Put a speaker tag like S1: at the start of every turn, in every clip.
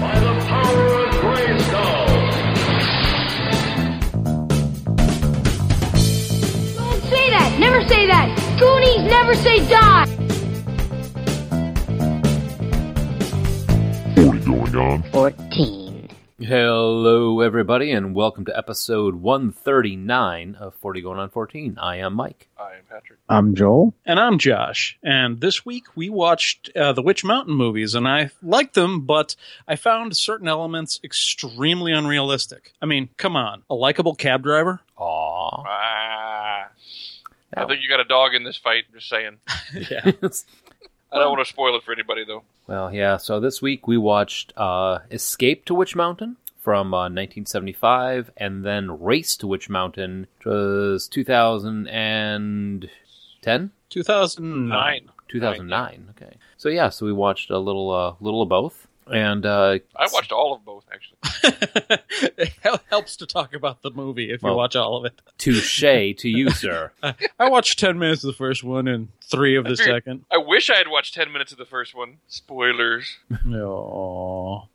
S1: By the power of Grayskull!
S2: Don't say that. Never say that. Goonies never say die.
S1: Going on.
S3: 14.
S4: Hello, everybody, and welcome to episode 139 of 40 Going on 14. I am Mike.
S1: I am Patrick.
S5: I'm Joel.
S6: And I'm Josh. And this week we watched uh, the Witch Mountain movies, and I liked them, but I found certain elements extremely unrealistic. I mean, come on, a likable cab driver?
S4: Aw.
S1: Ah. I
S4: That-
S1: think you got a dog in this fight, just saying.
S6: Yeah.
S1: I don't want to spoil it for anybody, though.
S4: well, yeah, so this week we watched uh, Escape to Witch Mountain from uh, 1975, and then Race to Witch Mountain, which was 2010?
S6: 2009.
S4: 2009, okay. So, yeah, so we watched a little, uh, little of both. And uh,
S1: I watched all of both, actually.
S6: it hel- helps to talk about the movie if
S4: Well.
S6: you watch all of it.
S4: touche to you, sir.
S6: I watched 10 minutes of the first one and three of the
S1: figured-
S6: second.
S1: I wish I had watched 10 minutes of the first one. Spoilers.
S6: No.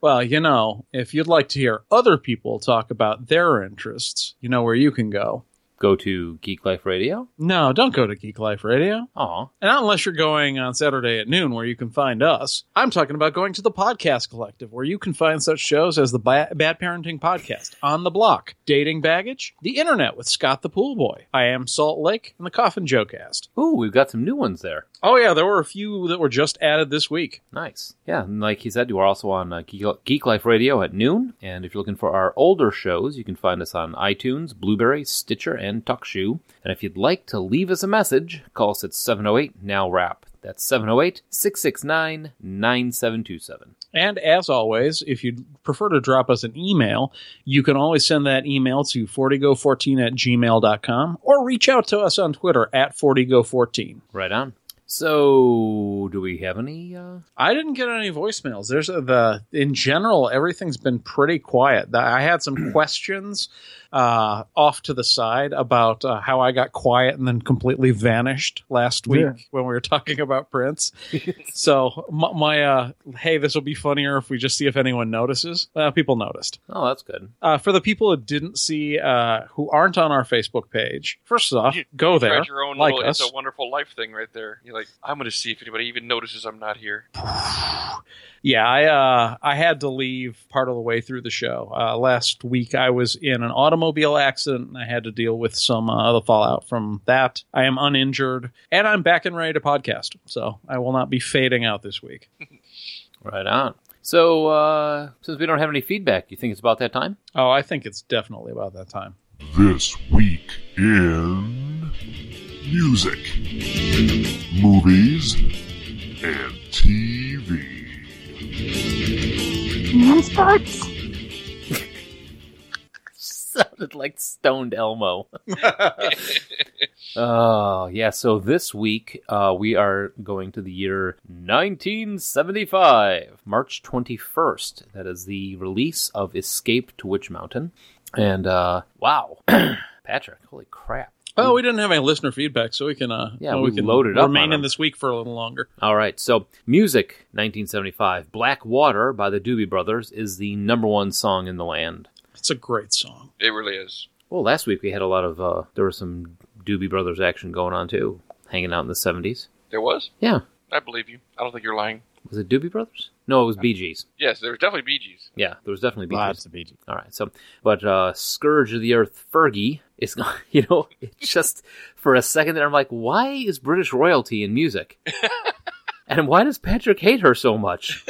S6: Well, you know, if you'd like to hear other people talk about their interests, you know where you can go.
S4: Go to Geek Life Radio.
S6: No, don't go to Geek Life Radio.
S4: Aw.
S6: And not unless you're going on Saturday at noon where you can find us. I'm talking about going to the Podcast Collective where you can find such shows as the ba- Bad Parenting Podcast, On the Block, Dating Baggage, The Internet with Scott the Pool Boy, I Am Salt Lake, and the Coffin Joe Cast.
S4: Ooh, we've got some new ones there.
S6: Oh, yeah, there were a few that were just added this week.
S4: Nice. Yeah, and like he said, you are also on uh, Geek, Geek Life Radio at noon. And if you're looking for our older shows, you can find us on iTunes, Blueberry, Stitcher, and TuckShoe. And if you'd like to leave us a message, call us at 708 Now Rap. That's 708 669 9727.
S6: And as always, if you'd prefer to drop us an email, you can always send that email to 40go14 at gmail.com or reach out to us on Twitter at 40go14.
S4: Right on. So, do we have any? Uh...
S6: I didn't get any voicemails. There's a, the in general everything's been pretty quiet. The- I had some questions uh, off to the side about uh, how I got quiet and then completely vanished last week
S5: Yeah.
S6: when we were talking about Prince. so my, my uh, hey, this will be funnier if we just see if anyone notices. Uh, people noticed.
S4: Oh, that's good.
S6: Uh, for the people who didn't see, uh, who aren't on our Facebook page, first off,
S1: You-
S6: go there,
S1: Tried your own
S6: like
S1: little
S6: us.
S1: It's a Wonderful Life thing right there. You're like, I'm going to see if anybody even notices I'm not here.
S6: Yeah, I uh, I had to leave part of the way through the show. Uh, last week, I was in an automobile accident, and I had to deal with some uh, of the fallout from that. I am uninjured, and I'm back and ready to podcast, so I will not be fading out this week.
S4: Right on. So, uh, since we don't have any feedback, you think it's about that time?
S6: Oh, I think it's definitely about that time.
S7: This week in music, movies, and TV.
S4: sounded like stoned Elmo. oh, yeah. So this week, uh, we are going to the year 1975, March 21st. That is the release of Escape to Witch Mountain. And uh, wow, Patrick, holy crap.
S6: Well, Oh, we didn't have any listener feedback, so we can uh,
S4: Yeah,
S6: well,
S4: we
S6: can
S4: loaded up on
S6: remain
S4: them.
S6: in this week for a little longer.
S4: All right. So, music, 1975. Black Water by the Doobie Brothers is the number one song in the land.
S6: It's a great song.
S1: It really is.
S4: Well, last week we had a lot of, uh, there was some Doobie Brothers action going on too, hanging out in the 70s.
S1: There was?
S4: Yeah.
S1: I believe you. I don't think you're lying.
S4: Was it Doobie Brothers? No, it was Bee Gees.
S1: Yes, there was definitely Bee Gees.
S4: Yeah, there was definitely Bee Gees.
S5: Lots of BG.
S4: All right, so but uh, Scourge of the Earth, Fergie is you know it just for a second there I'm like, why is British royalty in music? and why does Patrick hate her so much?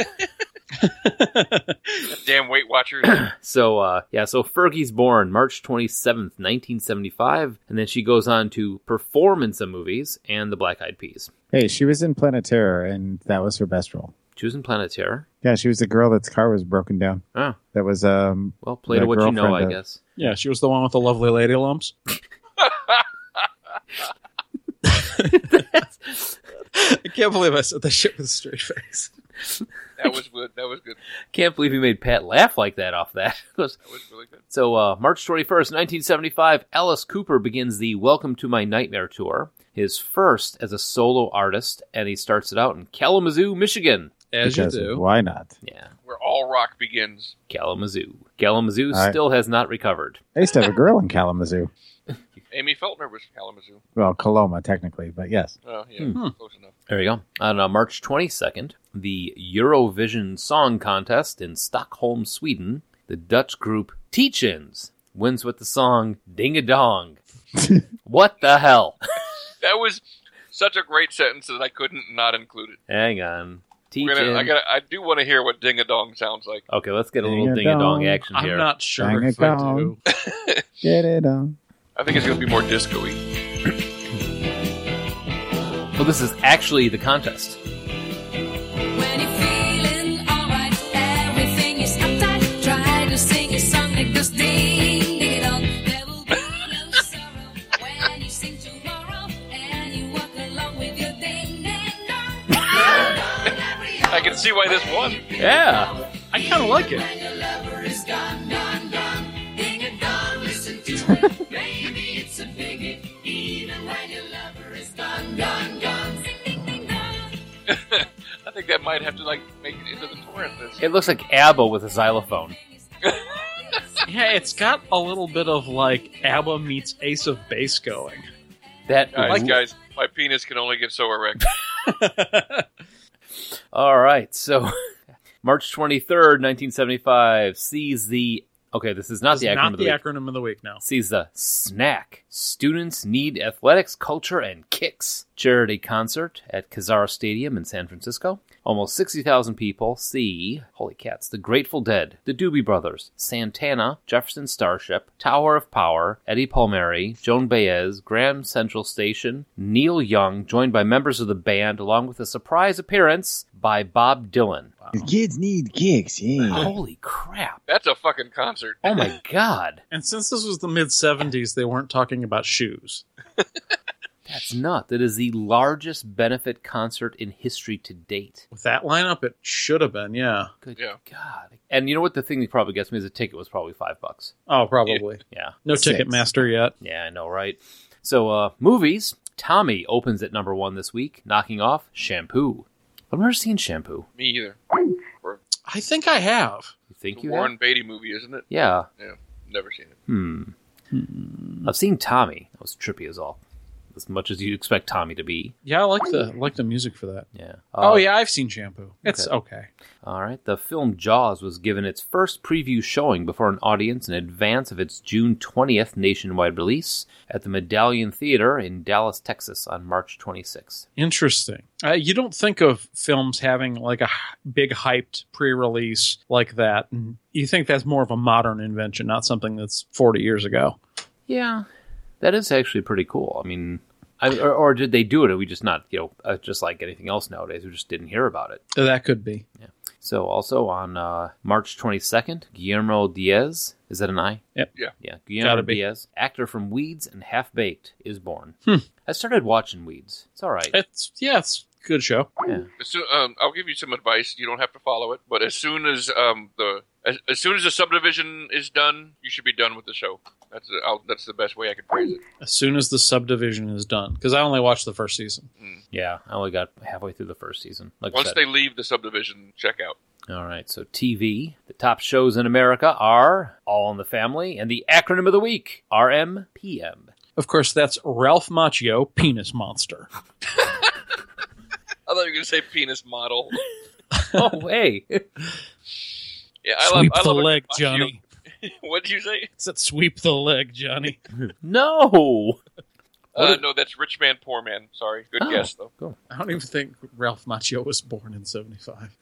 S1: goddamn Weight Watchers.
S4: So uh yeah, so Fergie's born March 27th, 1975, and then she goes on to perform in some movies and The Black Eyed Peas.
S3: Hey, she was in Planet Terror, and that was her best role.
S4: She was in Planet Terror.
S3: Yeah, she was the girl that's car was broken down.
S4: Oh,
S6: Ah.
S3: That was um.
S4: well, play to
S3: My
S4: what you know,
S3: girlfriend,
S4: I
S3: uh,
S4: guess.
S6: Yeah, she was the one with the lovely lady lumps. I can't believe I said that shit with a straight face.
S1: that was good. That was good.
S4: Can't believe you made Pat laugh like that off that.
S1: That was really good.
S4: so uh March 21st, 1975, Alice Cooper begins the Welcome to My Nightmare tour, his first as a solo artist, and he starts it out in Kalamazoo, Michigan.
S6: As you
S3: because
S6: do.
S3: Why not?
S4: Yeah,
S1: Where all rock begins.
S4: Kalamazoo. Kalamazoo
S3: All right.
S4: still has not recovered.
S3: I used to have a girl in Kalamazoo.
S1: Amy Feltner was from Kalamazoo.
S3: Well, Coloma technically, but yes.
S1: Oh, yeah,
S6: Hmm.
S1: close enough.
S4: There you go. On uh, March 22nd, the Eurovision Song Contest in Stockholm, Sweden, the Dutch group Teachins wins with the song Ding a Dong. what the hell?
S1: That was such a great sentence that I couldn't not include it.
S4: Hang on.
S1: We're gonna- I
S4: Teachin.
S1: gotta, I do want to hear what ding a dong sounds like.
S4: Okay, let's get a little ding a
S3: Ding-a-dong.
S4: dong action
S6: I'm
S4: here.
S6: not sure
S3: Bang
S6: if
S3: it
S6: I
S3: down.
S6: do.
S3: Get it on.
S1: I think it's gonna be more disco-y.
S4: Well, this is actually the contest.
S5: When you're feeling alright, everything is uptight. Try to sing a song that goes ding, ding it on. There will be no sorrow when you sing tomorrow and you walk along with your ding, ding, dong.
S1: I can see why this won.
S4: Yeah.
S6: I kind of like it.
S1: I think that might have to like make it into the torrent. This.
S4: It looks like ABBA with a xylophone.
S6: Yeah, it's got a little bit of like ABBA meets Ace of Base going.
S4: That
S1: Guys, guys, my penis can only get so erect.
S4: All right. So, March 23rd, 1975 sees the Okay, this is not the acronym
S6: Not
S4: of
S6: the
S4: the week.
S6: acronym of the week now.
S4: sees the snack students need athletics culture and kicks charity concert at kazara stadium in san francisco almost 60000 people see holy cats the grateful dead the doobie brothers santana jefferson starship tower of power eddie palmieri joan baez graham central station neil young joined by members of the band along with a surprise appearance by bob dylan
S3: Kids need kicks. Yeah.
S4: holy crap
S1: That's a fucking concert.
S4: oh my god
S6: And since this was the mid 70s, they weren't talking about shoes.
S4: That's not. That is the largest benefit concert in history to date.
S6: With that lineup, it should have been, yeah.
S4: Good
S1: Yeah.
S4: God. And you know what? The thing that probably gets me is the ticket was probably five bucks.
S6: Oh, probably.
S4: Yeah.
S6: No
S3: Six.
S6: Ticketmaster yet.
S4: Yeah, I know, right? So, uh, movies. Tommy opens at number one this week, knocking off Shampoo. I've never seen Shampoo.
S1: Me either.
S6: I think I have.
S4: You think
S1: The
S4: you
S1: Warren
S4: have?
S1: Beatty movie, isn't it?
S4: Yeah.
S1: Yeah, never seen it.
S4: I've seen Tommy. That was trippy as all. As much as you expect Tommy to be.
S6: Yeah, I like the like the music for that.
S4: Yeah.
S6: Oh,
S4: Uh,
S6: yeah, I've seen Shampoo. It's okay.
S4: All right. The film Jaws was given its first preview showing before an audience in advance of its June 20th nationwide release at the Medallion Theater in Dallas, Texas on March 26th.
S6: Interesting. Uh, you don't think of films having like a h- big hyped pre-release like that. And You think that's more of a modern invention, not something that's 40 years ago.
S4: Yeah. That is actually pretty cool. I mean, I, or, or did they do it? Are we just not, you know, uh, just like anything else nowadays, we just didn't hear about it.
S6: Uh, That could be.
S4: So also on uh, March 22nd, Guillermo Diaz, is that an I?
S6: Yep.
S1: Yeah.
S4: Yeah, Guillermo
S6: Gotta be.
S4: Diaz, actor from Weeds and Half Baked, is born.
S6: Hmm.
S4: I started watching Weeds. It's all right.
S6: It's yeah, it's a good show.
S1: So, um, I'll give you some advice. You don't have to follow it, but as soon as um, the as, as soon as the subdivision is done, you should be done with the show. That's i I'll, that's the best way I could phrase it.
S6: As soon as the subdivision is done, because I only watched the first season.
S4: Yeah, I only got halfway through the first season. Like I
S1: Once
S4: said.
S1: they leave the subdivision, check out.
S4: All right, so TV. The top shows in America are All in the Family and the acronym of the week, RMPM.
S6: Of course, that's Ralph Macchio, Penis Monster.
S1: I thought you were going to say penis model.
S4: Oh, hey.
S1: Yeah, I
S6: sweep
S1: love, I love
S6: the
S1: a good
S6: leg,
S1: Macchio.
S6: Johnny.
S1: What'd you say?
S6: It's that sweep the leg, Johnny.
S4: no.
S1: Uh, no, that's rich man, poor man. Sorry, good
S4: Oh.
S1: guess though.
S4: Cool.
S6: I don't even think Ralph Macchio was born in 75.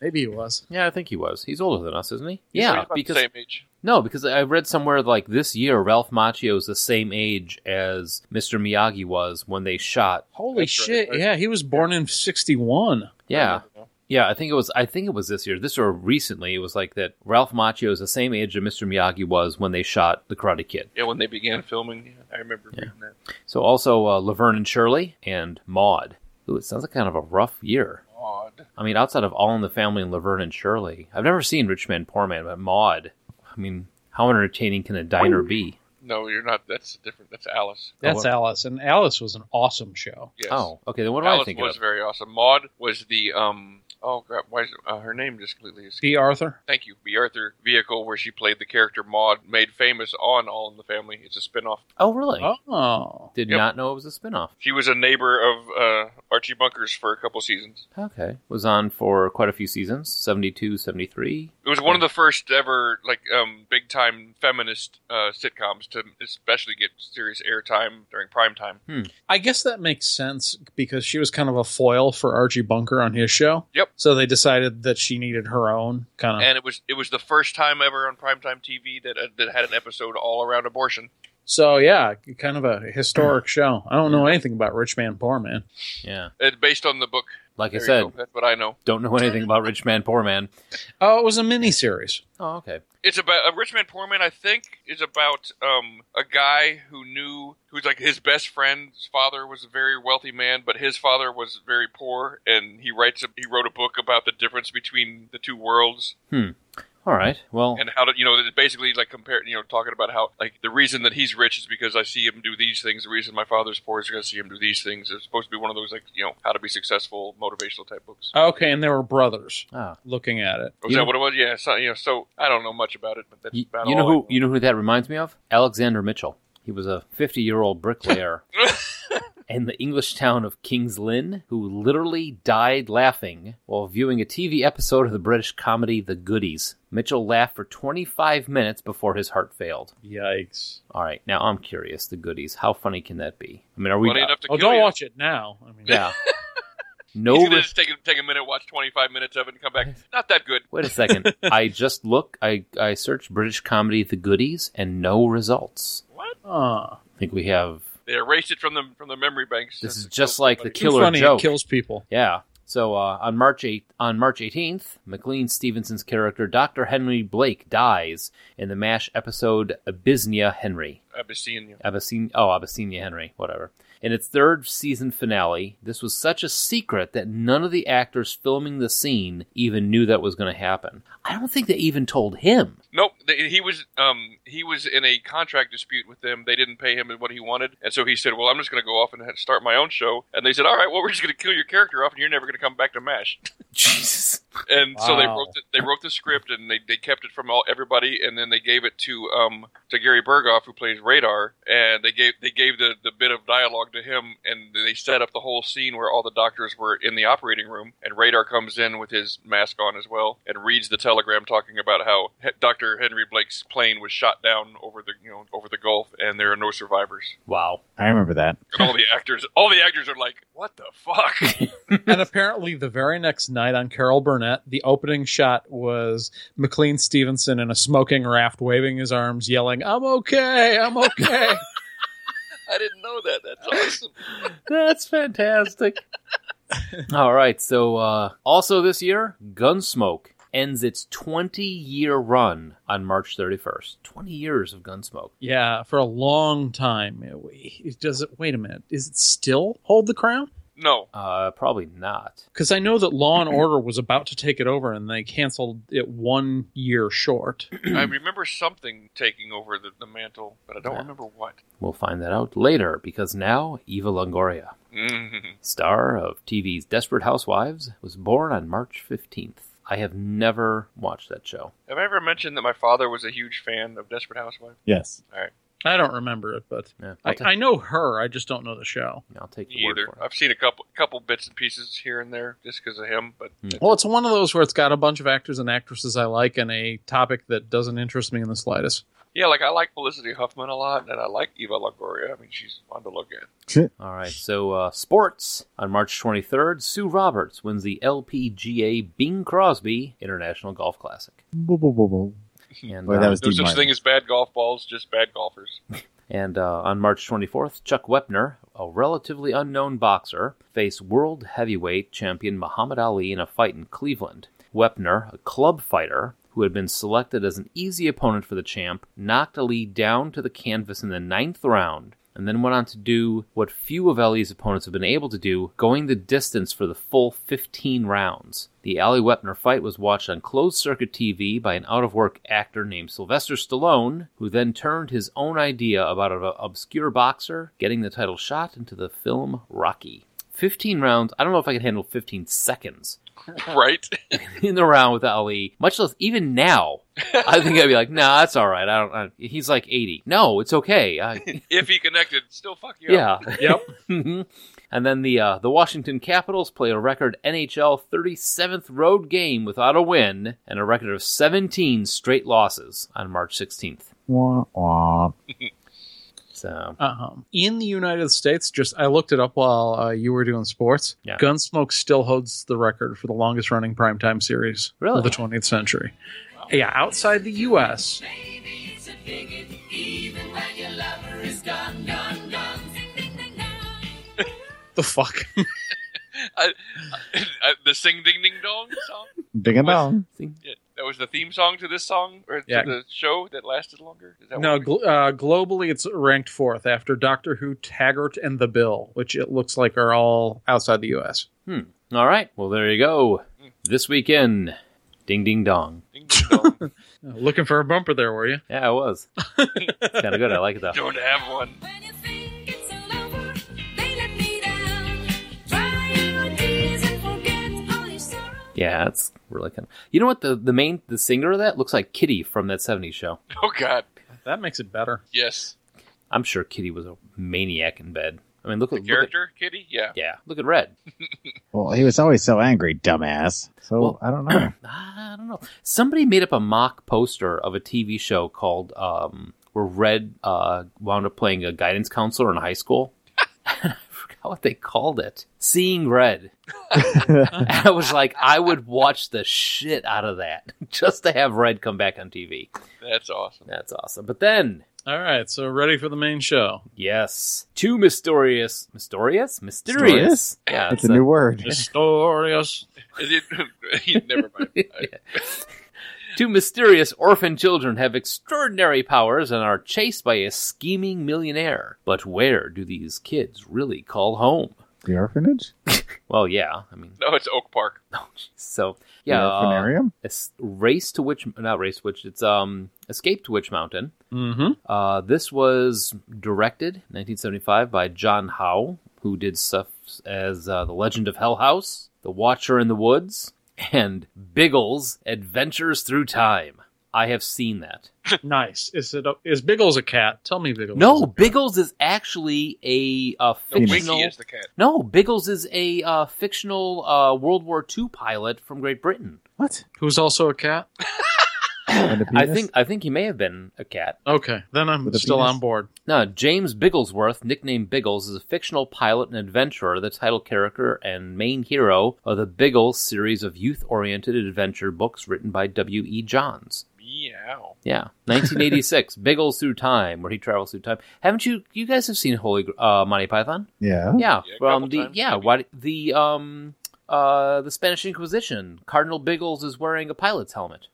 S6: Maybe he was.
S4: Yeah, I think he was. He's older than us, isn't he?
S1: He's right
S4: yeah,
S1: about the
S4: because
S1: same age.
S4: no, because I read somewhere like this year Ralph Macchio is the same age as Mr. Miyagi was when they shot.
S6: Holy
S1: That's right,
S6: shit.
S1: right. Oh,
S6: Yeah, he was born in 61.
S4: Yeah,
S1: I don't know.
S4: yeah, I think it was. I think it was this year. This or recently, it was like that. Ralph Macchio is the same age that Mr. Miyagi was when they shot The Karate Kid.
S1: Yeah, when they began filming, yeah, I remember reading that.
S4: So also uh, Laverne and Shirley and Maude. Ooh, it sounds like kind of a rough year.
S1: Odd.
S4: I mean, outside of All in the Family and Laverne and Shirley, I've never seen Rich Man Poor Man, but Maude. I mean, how entertaining can a diner be?
S1: No, you're not. That's different. That's Alice.
S6: That's
S4: Oh,
S6: Alice. And Alice was an awesome show.
S1: Yes.
S4: Oh, okay. Then what am I
S1: Alice
S4: thinking
S1: was
S4: of?
S1: very awesome. Maud was the um. Oh crap! Why is uh, her name just completely escaped?
S6: D. Arthur.
S1: Thank you. The Arthur vehicle where she played the character Maud, made famous on All in the Family. It's a spin-off.
S4: Oh, really?
S6: Oh.
S4: Did
S1: Yep.
S4: not know it was a spinoff.
S1: She was a neighbor of uh, Archie Bunker's for a couple seasons.
S4: Okay. Was on for quite a few seasons 72, 73.
S1: It was one of the first ever like um, big time feminist uh, sitcoms to especially get serious airtime during prime time.
S6: I guess that makes sense because she was kind of a foil for Archie Bunker on his show.
S1: Yep.
S6: So they decided that she needed her own kind of.
S1: And it was it was the first time ever on primetime TV that uh, that had an episode all around abortion.
S6: so yeah, kind of a historic show. I don't know anything about Rich Man Poor Man.
S4: Yeah.
S1: It's based on the book.
S4: Like I
S1: There you
S4: said,
S1: go. that's what I know.
S4: don't know anything about Rich Man Poor Man.
S6: Oh, it was a miniseries.
S4: Oh, okay.
S1: It's about a rich man, poor man. I think is about um, a guy who knew who's like his best friend's father was a very wealthy man, but his father was very poor, and he writes a, he wrote a book about the difference between the two worlds
S4: All right. Well,
S1: and how to you know it's basically like compare you know talking about how like the reason that he's rich is because I see him do these things. The reason my father's poor is because I see him do these things. It's supposed to be one of those like you know how to be successful motivational type books.
S6: Okay, and they were brothers.
S4: ah.
S6: Looking at it,
S1: Was
S4: You
S1: that
S4: know-
S1: what it was? Yeah, so, you know. So I don't know much about it, but that's
S4: you,
S1: about
S4: you
S1: all.
S4: know
S1: I
S4: who you know who that reminds me of? Alexander Mitchell. He was a 50-year-old bricklayer in the English town of King's Lynn who literally died laughing while viewing a TV episode of the British comedy The Goodies. Mitchell laughed for 25 minutes before his heart failed.
S6: yikes!
S4: All right, now I'm curious. The Goodies. How funny can that be? I mean, are we
S1: Funny enough to
S6: Oh,
S1: kill
S6: don't
S1: you.
S6: watch it now. I mean,
S4: Yeah.
S1: He's
S4: No
S1: gonna
S4: res-
S1: just take, a- take a minute, watch 25 minutes of it, and come back. Not that good.
S4: Wait a second. I just look. I I searched British comedy The Goodies and no results.
S6: Ah,
S4: I think we have
S1: They erased it from the from the memory banks.
S4: This is
S1: That's-
S4: just like the
S1: that's
S6: too
S4: Killer
S6: funny.
S4: joke.
S6: It kills people.
S4: Yeah. So uh, on March eight on March eighteenth, McLean Stevenson's character Dr. Henry Blake dies in the Mash episode Abyssinia Henry.
S1: funny. Abyssinia.
S4: Abyssinia, oh Abyssinia Henry, whatever. In its third season finale, this was such a secret that none of the actors filming the scene even knew that was going to happen. I don't think they even told him.
S1: Nope, they, he was um he was in a contract dispute with them. They didn't pay him what he wanted, and so he said, "Well, I'm just going to go off and ha- start my own show." And they said, "All right, well, we're just going to kill your character off, and you're never going to come back to Mash."
S4: Jesus.
S1: And so they
S6: Wow.
S1: wrote the, they wrote the script and they, they kept it from all everybody, and then they gave it to um to Gary Berghoff who plays Radar, and they gave they gave the the bit of dialogue to him, and they set up the whole scene where all the doctors were in the operating room, and Radar comes in with his mask on as well, and reads the telegram talking about how Doctor Henry Blake's plane was shot down over the you know over the Gulf, and there are no survivors.
S4: Wow.
S3: I remember that.
S1: And all the actors, all the actors are like, "What the fuck?"
S6: and apparently, the very next night on Carol Burnett, the opening shot was McLean Stevenson in a smoking raft, waving his arms, yelling, "I'm okay, I'm okay."
S1: I didn't know that. That's awesome.
S4: That's fantastic. All right. So, uh, also this year, Gunsmoke ends its 20 year run on March 31st. 20 years of Gunsmoke.
S6: yeah, for a long time. It, it does it. Wait a minute, is it still hold the crown?
S1: No,
S4: Uh, probably not.
S6: Because I know that Law and Order was about to take it over, and they canceled it one year short.
S1: I remember something taking over the, the mantle, but I don't remember what.
S4: We'll find that out later because now Eva Longoria,
S1: Mhm.
S4: star of TV's Desperate Housewives, was born on March 15th. I have never watched that show.
S1: Have I ever mentioned that my father was a huge fan of Desperate Housewives?
S3: Yes.
S6: I don't remember it, but
S4: Yeah, I'll,
S6: I,
S4: ta-
S6: I know her. I just don't know the show.
S4: I'll take
S1: Me
S4: your word
S1: either.
S4: for it.
S1: I've seen a couple couple bits and pieces here and there just because of him, but
S6: Well, it's one of those where it's got a bunch of actors and actresses I like and a topic that doesn't interest me in the slightest.
S1: Yeah, like I like Felicity Huffman a lot, and I like Eva Longoria. I mean, she's fun to look at.
S4: All right, so uh, sports. On March 23rd, Sue Roberts wins the LPGA Bing Crosby International Golf Classic.
S3: Boo, boo, boo, boo.
S4: And,
S3: Boy, that
S4: uh,
S3: was
S1: No
S3: Steve
S1: such
S3: Martin.
S1: thing as bad golf balls, just bad golfers.
S4: and uh, on March 24th, Chuck Wepner, a relatively unknown boxer, faced world heavyweight champion Muhammad Ali in a fight in Cleveland. Wepner, a club fighter who had been selected as an easy opponent for the champ, knocked Ali down to the canvas in the ninth round. And then went on to do what few of Ali's opponents have been able to do, going the distance for the full 15 rounds. The Ali Wepner fight was watched on closed circuit TV by an out of work actor named Sylvester Stallone, who then turned his own idea about an obscure boxer getting the title shot into the film Rocky. 15 rounds, I don't know if I could handle 15 seconds
S1: right?
S4: in the round with Ali, much less even now. I think I'd be like, nah, that's all right. I don't, I, he's like 80. No, it's okay. I,
S1: if he connected, still fuck you.
S4: yeah.
S1: up.
S6: Yep.
S4: Mhm. and then the uh, the Washington Capitals play a record NHL 37th road game without a win and a record of 17 straight losses on March 16th.
S3: Wah, wah.
S4: So
S6: Um, in the United States, just I looked it up while uh, you were doing sports.
S4: Yeah.
S6: Gunsmoke still holds the record for the longest running primetime series
S4: Really?
S6: of the 20th century. Yeah, outside the U.S. The fuck?
S1: I, I, the sing ding ding dong song.
S3: Ding a dong.
S1: Yeah, that was the theme song to this song or
S6: Yeah.
S1: to the show that lasted longer. Is that
S6: no,
S1: what it
S6: gl- uh, globally it's ranked fourth after Doctor Who, Taggart, and The Bill, which it looks like are all outside the U.S.
S4: all right, well there you go. This weekend, ding ding dong.
S1: is? Ding, ding, dong.
S6: Uh, Looking for a bumper there, were you?
S4: Yeah, it was. it's kind of good. I like it though.
S1: Don't have one.
S5: When you think it's all over, they let me down. Try ideas and forget all your sorrow.
S4: Yeah, it's really kind of. You know what? The the main the singer of that looks like Kitty from that '70s show.
S1: Oh God,
S6: That makes it better.
S1: yes.
S4: I'm sure Kitty was a maniac in bed. I mean, look
S1: The
S4: at look at-
S1: character Kitty. Yeah.
S4: yeah, look at Red.
S3: Well, he was always so angry, dumbass. So
S4: Well-
S3: I don't know.
S4: I don't know. Somebody made up a mock poster of a TV show called um, where Red uh, wound up playing a guidance counselor in high school. I forgot what they called it. Seeing Red. and I was like, I would watch the shit out of that just to have Red come back on TV.
S1: That's awesome.
S4: That's awesome. But then,
S6: All right, so ready for the main show.
S4: yes, two mysterious, mysterious, mysterious. Yeah,
S3: It's a new word.
S6: Historious.
S1: Is it- Never mind.
S4: Two mysterious orphan children have extraordinary powers and are chased by a scheming millionaire. But where do these kids really call home?
S3: The orphanage?
S4: Well, yeah, I mean,
S1: No, it's Oak Park.
S4: so
S3: The
S4: yeah, uh,
S3: orphanarium?
S4: es- race to which not race to which it's um escape to Witch Mountain.
S6: Mm-hmm.
S4: Uh, this was directed 1975 by John Howe, who did stuff as uh, The Legend of Hell House, The Watcher in the Woods, and Biggles Adventures Through Time. I have seen that.
S6: Nice. Is it? A, is Biggles a cat? Tell me, Biggles.
S4: No, Biggles is actually a, uh
S1: No,
S4: fictional.
S1: Winky is the cat.
S4: no, Biggles is a uh, fictional uh, World War II pilot from Great Britain.
S3: What?
S6: Who's also a cat?
S3: And a
S4: I
S3: penis?
S4: think I think he may have been a cat.
S6: Okay, then I'm
S3: With a
S6: still
S3: penis?
S6: on board.
S4: No, James Bigglesworth, nicknamed Biggles, is a fictional pilot and adventurer, the title character and main hero of the Biggles series of youth-oriented adventure books written by W. E. Johns.
S1: Meow.
S4: Yeah, 1986, Biggles Through Time, where he travels through time. Haven't you? You guys have seen Holy Gr- uh, Monty Python?
S3: Yeah.
S4: yeah,
S1: Yeah, a couple
S4: from the
S1: times,
S4: yeah,
S1: maybe.
S4: why the um uh the Spanish Inquisition. Cardinal Biggles is wearing a pilot's helmet.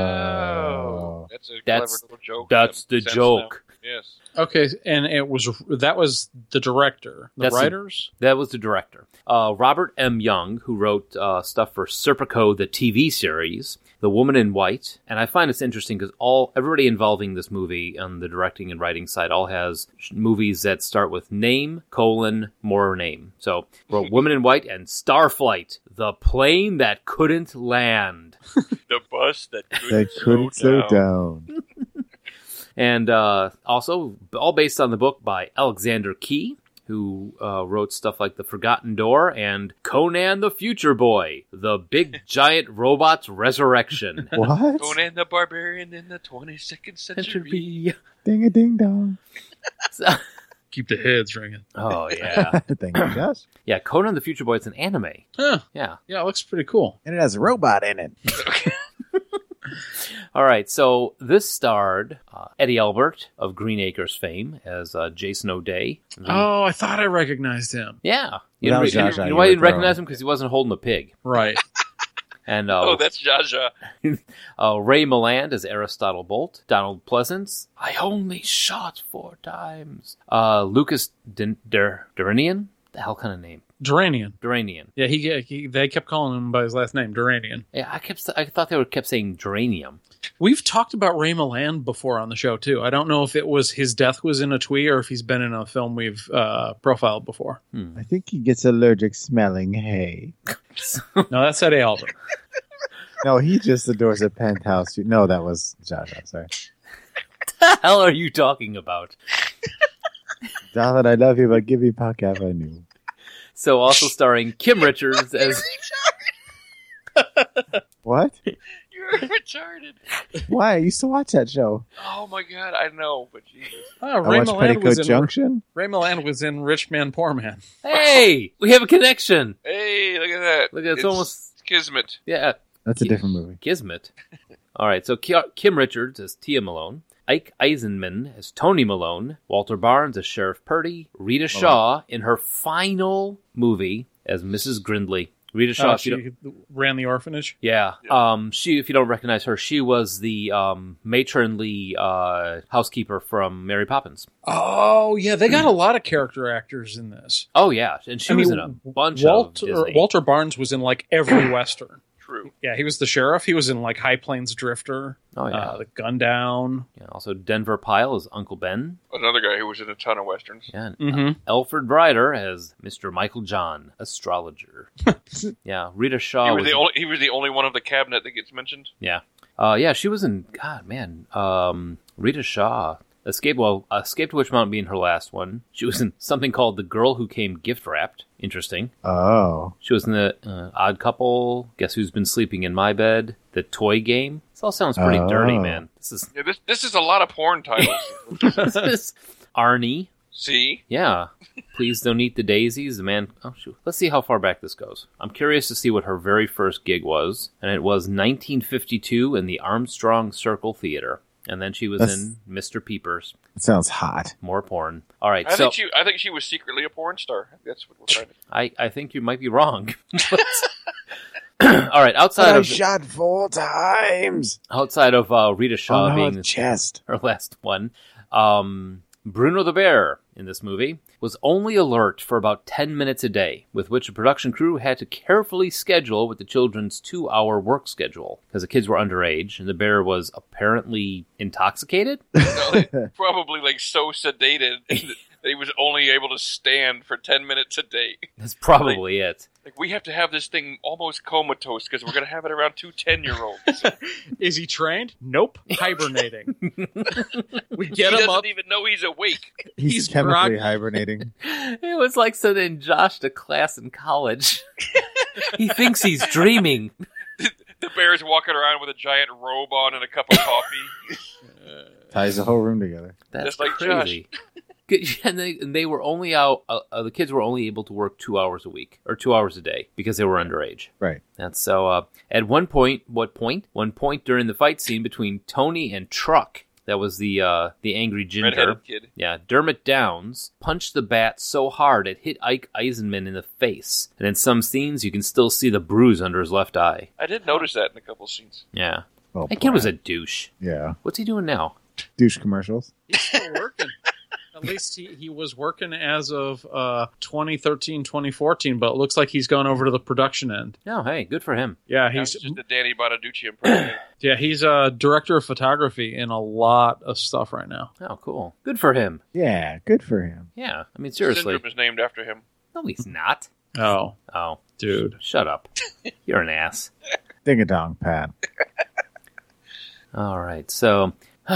S3: Oh.
S1: that's a
S4: That's-
S1: clever little joke.
S4: that's
S1: That
S4: the
S1: makes sense
S4: joke.
S1: now. Yes.
S6: Okay, and it was that was the director, the
S4: That's the-
S6: writers.
S4: That was the director, uh, Robert M. Young, who wrote uh, stuff for Serpico, the TV series, The Woman in White, and I find this interesting because all everybody involving this movie on the directing and writing side all has sh- movies that start with name colon more name. So wrote Woman in White and Starflight, the plane that couldn't land.
S1: The bus that couldn't,
S3: They couldn't slow
S1: slow down.
S3: down.
S4: and uh, also all based on the book by Alexander Key, who uh, wrote stuff like The Forgotten Door and Conan the Future Boy, The Big Giant Robot's Resurrection.
S3: What?
S1: Conan the Barbarian in the 22nd century.
S3: ding a ding dong.
S6: Keep the heads ringing.
S4: oh, yeah.
S3: Thank you, Josh.
S4: Yeah, Conan the Future Boy is an anime.
S6: Huh.
S4: Yeah.
S6: Yeah, it looks pretty cool.
S3: And it has a robot in it.
S4: All right, so this starred uh, Eddie Albert of Green Acres fame as uh, Jason O'Day.
S6: Oh, I thought I recognized him.
S4: Yeah. You
S3: That
S4: know,
S3: was
S4: you know-
S3: Zsa Zsa,
S4: you know
S3: you
S4: why I
S3: were
S4: didn't recognize
S3: thrown.
S4: him? Because he wasn't holding a pig.
S6: Right.
S4: And uh,
S1: Oh, that's Jaja.
S4: uh, Ray Milland as Aristotle Bolt. Donald Pleasance. I only shot four times. Uh, Lucas Din- Dur- Duranian. The hell kind of name?
S6: Duranian.
S4: Duranian.
S6: Yeah, he, he they kept calling him by his last name, Duranian.
S4: Yeah, I kept. I thought they were kept saying geranium.
S6: We've talked about Ray Milland before on the show too. I don't know if it was his death was in a twee or if he's been in a film we've uh, profiled before.
S3: I think he gets allergic smelling hay.
S6: No, that's Eddie Albert.
S3: No, he just adores a penthouse. No, that was Josh. I'm sorry.
S4: the hell are you talking about?
S3: Donald, I love you, but give me Park Avenue.
S4: So also starring Kim Richards as
S3: What?
S1: You're retarded.
S3: Why? I used to watch that show.
S1: Oh my god, I know, but Jesus.
S6: Ah,
S3: I
S6: Ray
S3: watched
S6: Milland
S3: Petticoat
S6: was in
S3: Junction.
S6: Ray Milland was in Rich Man Poor Man.
S4: Hey, we have a connection.
S1: Hey, look at that.
S4: Look, it's almost-
S1: kismet.
S4: Yeah,
S3: That's a different movie.
S4: Kismet. All right, so Ki- Kim Richards as Tia Malone, Ike Eisenman as Tony Malone, Walter Barnes as Sheriff Purdy, Rita
S6: Oh,
S4: Shaw in her final movie as Mrs. Grindley. Rita Shaw,
S6: Uh,
S4: if you don't-
S6: she ran the orphanage.
S4: yeah. Um, she, if you don't recognize her, she was the um, matronly uh, housekeeper from Mary Poppins.
S6: Oh yeah, they got a lot of character actors in this.
S4: Oh yeah, and she
S6: I
S4: was
S6: mean,
S4: in a bunch
S6: Walter
S4: of Disney.
S6: Walter Barnes was in like every western.
S1: True.
S6: Yeah, he was the sheriff. He was in like High Plains Drifter.
S4: Oh, yeah.
S6: uh, the Gun Down.
S4: Yeah, also, Denver Pyle as Uncle Ben.
S1: Another guy who was in a ton of westerns.
S4: Yeah, and
S6: Mhm.
S4: uh,
S1: Mm-hmm.
S4: Alfred Brider as Mr. Michael John, astrologer. yeah, Rita Shaw.
S1: He was
S4: Oh, was
S1: the only. He was the only one of the cabinet that gets mentioned.
S4: Yeah, uh, yeah, she was in. God, man, um, Rita Shaw escaped. Well, escaped to Witch Mountain being her last one. She was in something called The Girl Who Came Gift Wrapped. Interesting.
S3: Oh.
S4: She was in the uh, Odd Couple. Guess who's been sleeping in my bed? The Toy Game. This all sounds pretty
S3: Oh.
S4: dirty, man. This is
S1: Yeah, this this is a lot of porn titles.
S4: this is Arnie.
S1: See,
S4: Yeah. Please don't eat the daisies, the man. Oh shoot. Let's see how far back this goes. I'm curious to see what her very first gig was, and it was 1952 in the Armstrong Circle Theater. And then she was
S3: That's-
S4: in Mr. Peepers,
S3: It sounds hot.
S4: more porn. All right, so
S1: I think she. I think she was secretly a porn star. That's what we're trying to.
S4: I, I think you might be wrong. But- All right, outside of
S3: shot four times
S4: outside of uh, Rita Shaw
S3: on her
S4: being the
S3: chest.
S4: her last one. Um, Bruno the Bear in this movie was only alert for about 10 minutes a day, with which the production crew had to carefully schedule with the children's two hour work schedule because the kids were underage and the bear was apparently intoxicated.
S1: Probably like so sedated that he was only able to stand for ten minutes a day.
S4: That's probably it.
S1: Like we have to have this thing almost comatose because we're gonna have it around two 10 year olds.
S6: Is he trained? Nope. Hibernating. we get
S1: he
S6: him
S1: doesn't
S6: up.
S1: even know he's awake.
S3: He's,
S6: He's
S3: chemically
S6: groggy.
S3: hibernating.
S4: It was like sending Josh to class in college. he thinks he's dreaming.
S1: The bear's walking around with a giant robe on and a cup of coffee.
S3: Ties the whole room together.
S4: That's
S1: Just like
S4: crazy. Good- and, they, and they were only out. Uh, uh, the kids were only able to work two hours a week or two hours a day because they were underage.
S3: Right.
S4: And so, uh, at one point, what point? One point during the fight scene between Tony and Truck, that was the uh, the angry ginger.
S1: Redheaded kid.
S4: Yeah, Dermot Downs punched the bat so hard it hit Ike Eisenman in the face, and in some scenes you can still see the bruise under his left eye.
S1: I did notice that in a couple scenes.
S4: Yeah,
S3: Oh,
S4: that kid was a douche.
S3: yeah.
S4: What's he doing now?
S3: Douche commercials.
S6: He's still working. At least he, he was working as of uh, 2013, 2014, but it looks like he's gone over to the production end.
S4: No, Oh, hey, good for him.
S6: Yeah,
S1: He's
S6: he's
S1: just a Danny Bonaducci impression.
S6: yeah he's a director of photography in a lot of stuff right now.
S4: Oh, cool. Good for him.
S3: Yeah, good for him.
S4: Yeah, I mean
S1: The
S4: seriously.
S1: Syndrome is named after him.
S4: No, he's not.
S6: Oh,
S4: Oh,
S6: dude.
S4: shut up. You're an ass.
S3: Ding a dong, Pat.
S4: All right. So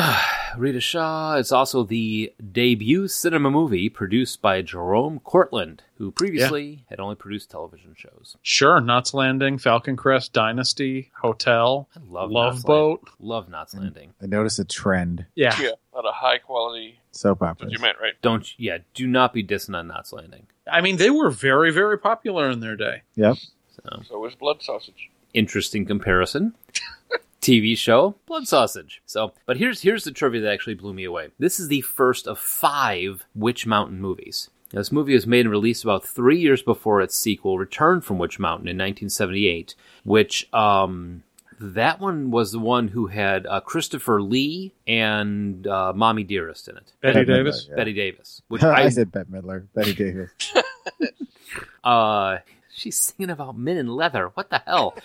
S4: Rita Shaw. It's also the debut cinema movie produced by Jerome Cortland, who previously had only produced television shows.
S6: Sure, Knots Landing, Falcon Crest, Dynasty, Hotel,
S4: I love
S6: Love
S4: Knots
S6: Boat.
S4: Landing. Love Knots Landing.
S3: I noticed a trend.
S6: Yeah.
S1: Yeah, a lot of high quality.
S3: Soap
S1: What
S3: operas.
S1: you meant, right?
S4: Don't yeah. Do not be dissing on Knots Landing.
S6: I mean, they were very, very popular in their day.
S3: Yep.
S1: So is blood sausage.
S4: interesting comparison. TV show Blood Sausage. So, but here's here's the trivia that actually blew me away. This is the first of five Witch Mountain movies. Now, this movie was made and released about three years before its sequel, Return from Witch Mountain, in 1978. Which um, that one was the one who had uh, Christopher Lee and uh, Mommy Dearest in it.
S6: Betty
S3: Bette Midler,
S6: Davis.
S3: yeah.
S4: Betty Davis, which
S3: I
S4: I
S3: said Bette Midler. Betty Davis.
S4: Uh, she's singing about men in leather. What the hell?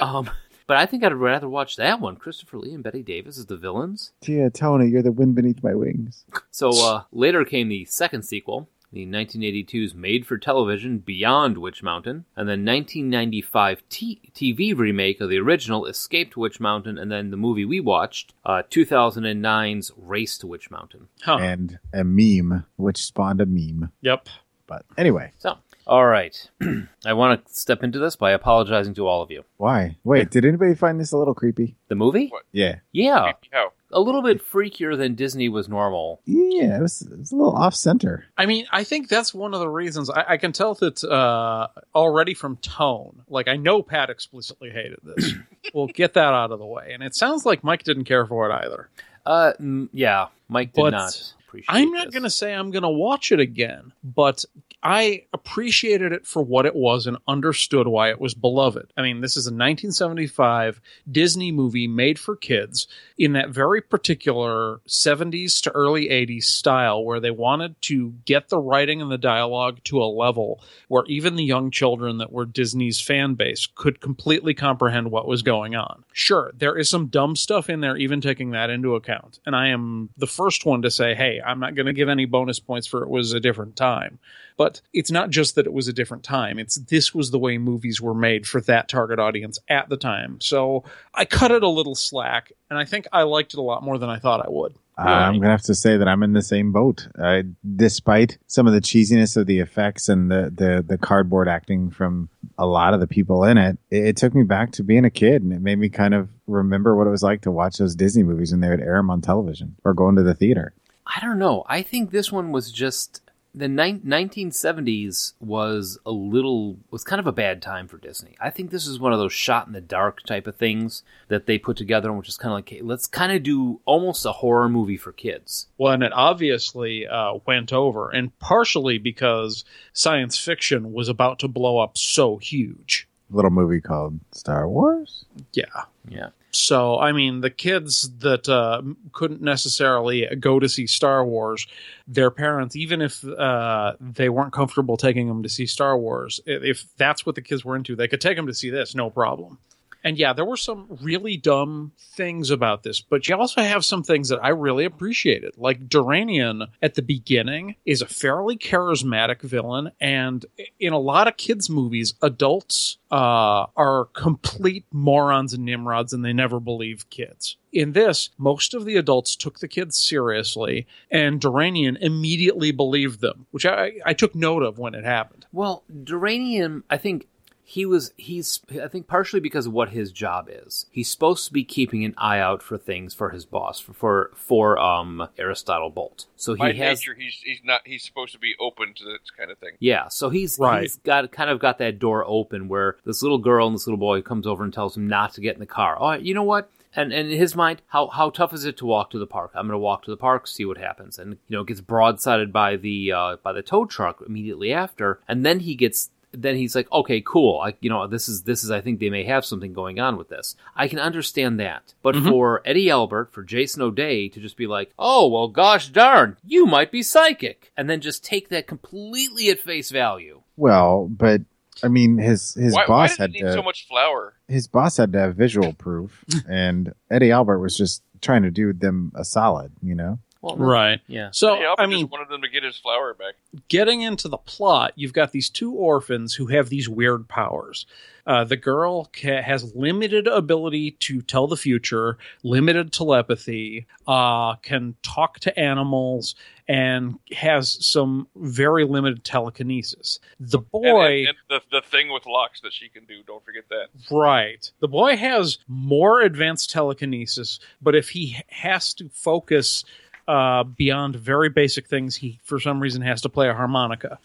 S4: um, but I think I'd rather watch that one. Christopher Lee and Betty Davis as the villains.
S3: Tia Tony, you're the wind beneath my wings.
S4: So uh, later came the second sequel, the 1982's made-for-television Beyond Witch Mountain, and the 1995 t- TV remake of the original Escaped Witch Mountain, and then the movie we watched, uh, 2009's Race to Witch Mountain.
S6: Huh.
S3: And a meme, which spawned a meme.
S6: Yep.
S3: But anyway,
S4: So, all right, I want to step into this by apologizing to all of you.
S3: why? Wait, did anybody find this a little creepy?
S4: The movie,
S1: What?
S3: Yeah.
S4: yeah,
S1: How?
S4: a little bit freakier than Disney was normal.
S3: Yeah, it was, it was a little off center.
S6: I mean, I think that's one of the reasons I, I can tell that uh, already from tone. Like, I know Pat explicitly hated this. we'll get that out of the way. And it sounds like Mike didn't care for it either.
S4: Uh, mm, yeah, Mike did
S6: But
S4: not appreciate.
S6: I'm not
S4: this.
S6: going to say I'm going to watch it again, but I appreciated it for what it was and understood why it was beloved. I mean, this is a 1975 Disney movie made for kids in that very particular 70s to early 80s style where they wanted to get the writing and the dialogue to a level where even the young children that were Disney's fan base could completely comprehend what was going on. Sure, there is some dumb stuff in there, even taking that into account. And I am the first one to say, hey, I'm not going to give any bonus points for it was a different time. But it's not just that it was a different time, it's this was the way movies were made for that target audience at the time. So I cut it a little slack, and I think I liked it a lot more than I thought I would.
S3: Uh, I'm going to have to say that I'm in the same boat. I, despite some of the cheesiness of the effects and the, the, the cardboard acting from a lot of the people in it, it, it took me back to being a kid and it made me kind of remember what it was like to watch those Disney movies when they would air them on television or go into the theater.
S4: I don't know. I think this one was just the nine- 1970s was a little was kind of a bad time for Disney. I think this is one of those shot in the dark type of things that they put together, which is kind of like hey, let's kind of do almost a horror movie for kids.
S6: Well, and it obviously uh, went over, and partially because science fiction was about to blow up so huge.
S3: little movie called Star Wars.
S6: Yeah.
S4: Yeah.
S6: So, I mean, the kids that uh, couldn't necessarily go to see Star Wars, their parents, even if uh, they weren't comfortable taking them to see Star Wars, i- if that's what the kids were into, they could take them to see this, no problem. And yeah, there were some really dumb things about this, but you also have some things that I really appreciated. Like Duranian at the beginning is a fairly charismatic villain, and in a lot of kids' movies, adults uh, are complete morons and nimrods, and they never believe kids. In this, most of the adults took the kids seriously, and Duranian immediately believed them, which I, I took note of when it happened.
S4: Well, Duranium, I think he was he's I think partially because of what his job is. He's supposed to be keeping an eye out for things for his boss for for, for um Aristotle Bolt. So he
S1: By
S4: has
S1: nature, he's he's not he's supposed to be open to this kind of thing.
S4: yeah, so he's
S6: Right.
S4: he's got kind of got that door open where this little girl and this little boy comes over and tells him not to get in the car. All right, you know what? And and in his mind, how how tough is it to walk to the park? I'm going to walk to the park, see what happens. And you know, gets broadsided by the uh, by the tow truck immediately after, and then he gets then he's like, okay, cool. I, you know, this is this is. I think they may have something going on with this. I can understand that, but for Eddie Albert, for Jason O'Day to just be like, oh well, gosh darn, you might be psychic, and then just take that completely at face value.
S3: Well, but I mean, his his
S1: why, why
S3: boss
S1: did
S3: had
S1: he need
S3: to,
S1: so much flour?
S3: his boss had to have visual proof, and Eddie Albert was just trying to do them a solid, you know.
S4: Well,
S6: Right.
S4: Yeah.
S6: So
S1: yeah,
S6: I
S1: just
S6: mean,
S1: wanted them to get his flower back.
S6: getting into the plot, you've got these two orphans who have these weird powers. Uh, the girl ca- has limited ability to tell the future, limited telepathy, uh, can talk to animals, and has some very limited telekinesis. The boy.
S1: And, and, and the the thing with locks that she can do. Don't forget that.
S6: Right. The boy has more advanced telekinesis, but if he has to focus uh, beyond very basic things, he for some reason has to play a harmonica.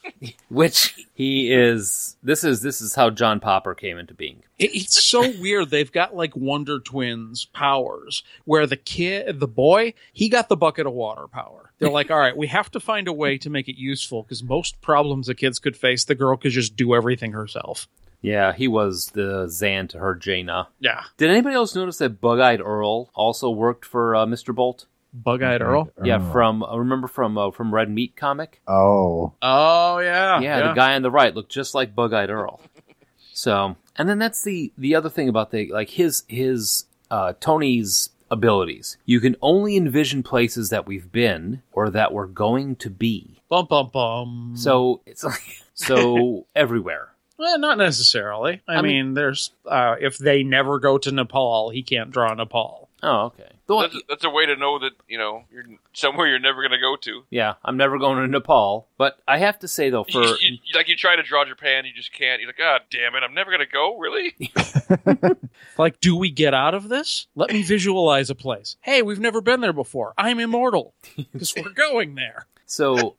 S4: Which he is. This is this is how John Popper came into being.
S6: It- it's so weird. They've got like Wonder Twins powers, where the kid, the boy, he got the bucket of water power. They're like, all right, we have to find a way to make it useful because most problems the kids could face, the girl could just do everything herself.
S4: Yeah, he was the Zan to her Jaina.
S6: Yeah,
S4: Did anybody else notice that Bug-eyed Earl also worked for uh, Mr. Bolt?
S6: Bug-eyed Earl.
S4: Yeah, from uh, remember from uh, from Red Meat comic.
S3: Oh,
S6: Oh yeah,
S4: yeah, the guy on the right looked just like Bug-eyed Earl. So, and then that's the the other thing about the like his his uh, Tony's abilities. You can only envision places that we've been or that we're going to be.
S6: Bum bum bum.
S3: Mm.
S4: So it's like so everywhere.
S6: Well, Eh, not necessarily. I,
S4: I mean-
S6: mean, there's uh, if they never go to Nepal, he can't draw Nepal.
S4: Oh, okay. The one-
S1: That's, that's a way to know that you know you're somewhere you're never going to go to.
S4: yeah, I'm never going to Nepal, but I have to say though, for
S1: You- you- like you try to draw Japan, you just can't. You're like, God damn it, I'm never going to go. Really?
S6: Like, do we get out of this? Let me visualize a place. Hey, we've never been there before. I'm immortal because we're going there.
S4: So,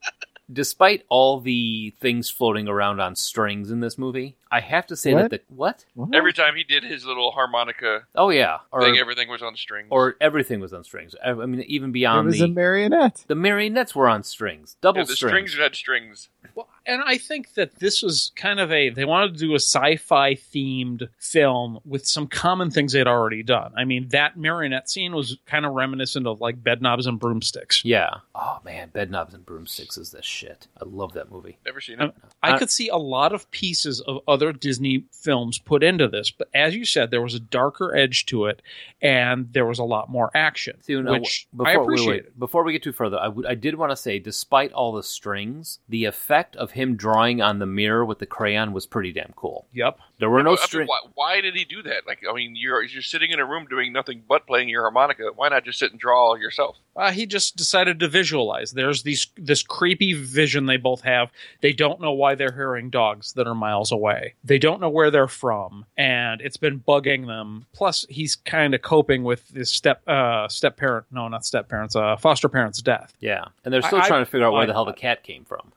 S4: despite all the things floating around on strings in this movie, I have to say
S3: What?
S4: that the what?
S1: Every time he did his little harmonica
S4: Oh yeah, or
S1: thing, everything was on strings.
S4: or everything was on strings. I, I mean, even
S3: it
S4: beyond
S3: was
S4: the
S3: a marionette.
S4: the marionettes were on strings, double
S1: yeah, the
S4: strings.
S1: strings had strings.
S6: Well, and I think that this was kind of a they wanted to do a sci-fi themed film with some common things they'd already done. I mean, that marionette scene was kind of reminiscent of like bedknobs and broomsticks.
S4: Yeah. Oh man, bedknobs and broomsticks is the shit. I love that movie.
S1: Never seen it.
S6: Um, I
S4: Uh,
S6: could see a lot of pieces of other Disney films put into this, but as you said, there was a darker edge to it, and there was a lot more action,
S4: See, now,
S6: which
S4: uh, before,
S6: I
S4: wait,
S6: appreciate.
S4: wait, before we get too further, I would- I did want to say, despite all the strings, the effect of him drawing on the mirror with the crayon was pretty damn cool.
S6: Yep.
S4: There were no
S1: I mean,
S4: strings.
S1: why, why did he do that? Like, I mean, you're you're sitting in a room doing nothing but playing your harmonica. Why not just sit and draw all yourself?
S6: Uh, he just decided to visualize. There's these this creepy vision they both have. They don't know why they're hearing dogs that are miles away. They don't know where they're from, and it's been bugging them. Plus, he's kind of coping with his step uh, step parent, no, not step parents, uh, foster parents' death.
S4: Yeah, and they're still
S6: I- I-
S4: trying to figure out where
S6: I-
S4: the hell the cat came from.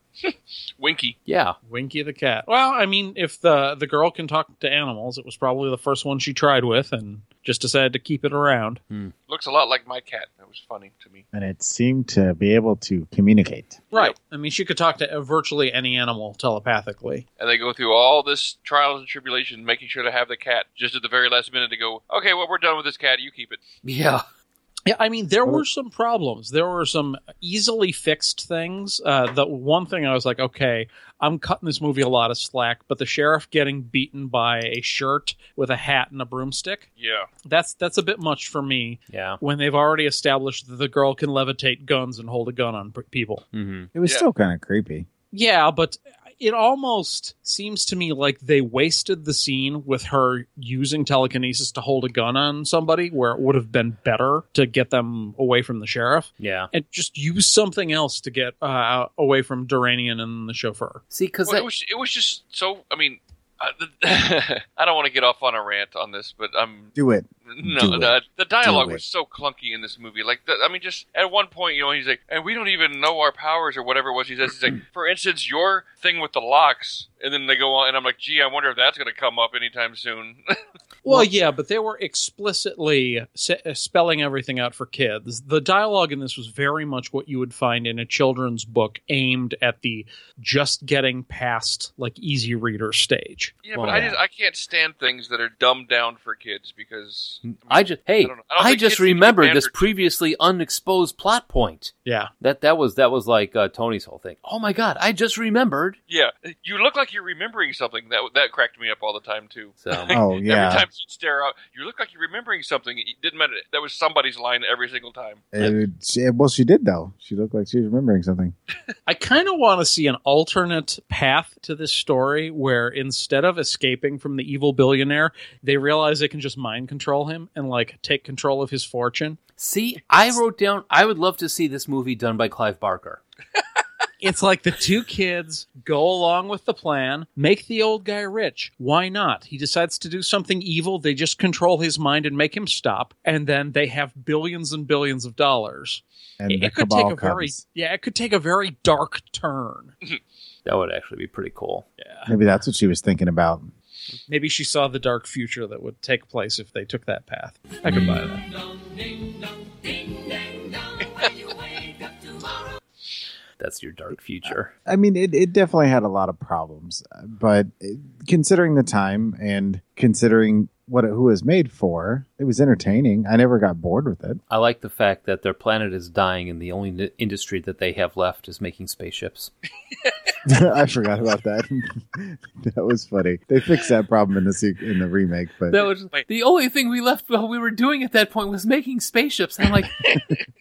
S1: Winky.
S4: Yeah,
S6: Winky the cat. Well, I mean, if the the girl can talk to animals, it was probably the first one she tried with, and just decided to keep it around.
S1: Looks a lot like my cat. That was funny to me.
S3: And it seemed to be able to communicate.
S6: Right. I mean, she could talk to uh, virtually any animal telepathically.
S1: And they go through all this trials and tribulation, making sure to have the cat just at the very last minute to go, okay, well, we're done with this cat. You keep it.
S4: yeah.
S6: Yeah, I mean, there were some problems. There were some easily fixed things. Uh, the one thing I was like, okay, I'm cutting this movie a lot of slack, but the sheriff getting beaten by a shirt with a hat and a broomstick.
S1: Yeah.
S6: That's that's a bit much for me
S4: Yeah.
S6: when they've already established that the girl can levitate guns and hold a gun on p- people.
S4: Mm-hmm.
S3: It was
S1: Yeah.
S3: still kind of creepy.
S6: Yeah, but it almost seems to me like they wasted the scene with her using telekinesis to hold a gun on somebody where it would have been better to get them away from the sheriff
S4: Yeah.
S6: and just use something else to get uh, away from Duranian and the chauffeur.
S4: See, because
S1: Well, it was it was just so. I mean, uh, the, I don't want to get off on a rant on this, but I'm
S3: Do it.
S1: no.
S3: Do it.
S1: The, the dialogue
S3: Do it.
S1: was so clunky in this movie. Like, the, I mean, just at one point, you know, he's like, "And we don't even know our powers or whatever it was." He says, "He's like, for instance, your thing with the locks," and then they go on, and I'm like, "Gee, I wonder if that's going to come up anytime soon."
S6: Well, yeah, but they were explicitly se- uh, spelling everything out for kids. The dialogue in this was very much what you would find in a children's book aimed at the just getting past like easy reader stage.
S1: yeah,
S4: Well,
S1: but I
S4: yeah.
S1: just I can't stand things that are dumbed down for kids because
S4: Mm, I just hey,
S1: I don't know. I don't
S4: I,
S1: think
S4: just
S1: kids need to be
S4: remembered this
S1: pampered.
S4: previously unexposed plot point.
S6: Yeah.
S4: That that was that was like uh, Tony's whole thing. Oh my god, I just remembered.
S1: Yeah, you look like you're remembering something. That that cracked me up all the time too.
S4: So
S3: Oh yeah.
S1: Every time you stare out, you look like you're remembering something. It didn't matter. That was somebody's line every single time.
S3: It would- she- well, she did though. She looked like she was remembering something.
S6: I kind of want to see an alternate path to this story where instead of escaping from the evil billionaire, they realize they can just mind control him and like take control of his fortune.
S4: see, I wrote down I would love to see this movie done by Clive Barker.
S6: It's like the two kids go along with the plan, make the old guy rich. Why not? He decides to do something evil, they just control his mind and make him stop, and then they have billions and billions of dollars.
S3: And
S6: it
S3: the
S6: it could take
S3: cabal
S6: a very
S3: comes.
S6: yeah, it could take a very dark turn.
S4: That would actually be pretty cool.
S3: Maybe that's what she was thinking about.
S6: Maybe she saw the dark future that would take place if they took that path. I could buy that.
S4: That's your dark future.
S3: I mean, it, it definitely had a lot of problems, uh, but it- considering the time and considering what it, who it was made for, it was entertaining. I never got bored with it.
S4: I like the fact that their planet is dying and the only n- industry that they have left is making spaceships.
S3: I forgot about that. that was funny. They fixed that problem in the sequ- in the remake, but
S4: That was
S1: Wait.
S4: the only thing we left while we were doing at that point was making spaceships. And I'm like,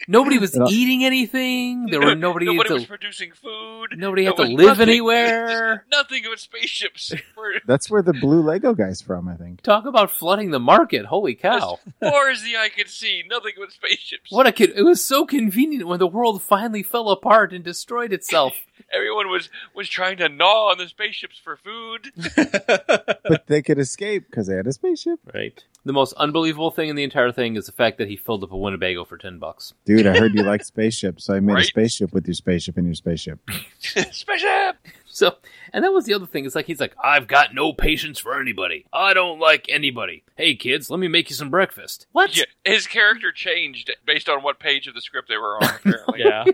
S4: nobody was eating anything. There were nobody.
S1: Nobody
S4: to-
S1: was producing food.
S4: nobody had
S1: There
S4: to
S1: was
S4: live
S1: nothing-
S4: anywhere.
S1: Nothing of spaceships. Where-
S3: that's where the blue Lego guy's from, I think.
S4: Talk about flooding the market! Holy cow!
S1: As far as the eye could see, nothing with spaceships.
S4: What a kid! It was so convenient when the world finally fell apart and destroyed itself.
S1: Everyone was was trying to gnaw on the spaceships for food.
S3: But they could escape because they had a spaceship.
S4: Right. The most unbelievable thing in the entire thing is the fact that he filled up a Winnebago for ten bucks.
S3: Dude, I heard you like spaceships, so I made
S1: Right?
S3: a spaceship with your spaceship and your spaceship.
S1: Spaceship.
S4: So, and that was the other thing. It's like he's like, I've got no patience for anybody. I don't like anybody. Hey kids, let me make you some breakfast. What?
S1: Yeah, his character changed based on what page of the script they were on. Apparently,
S6: Yeah.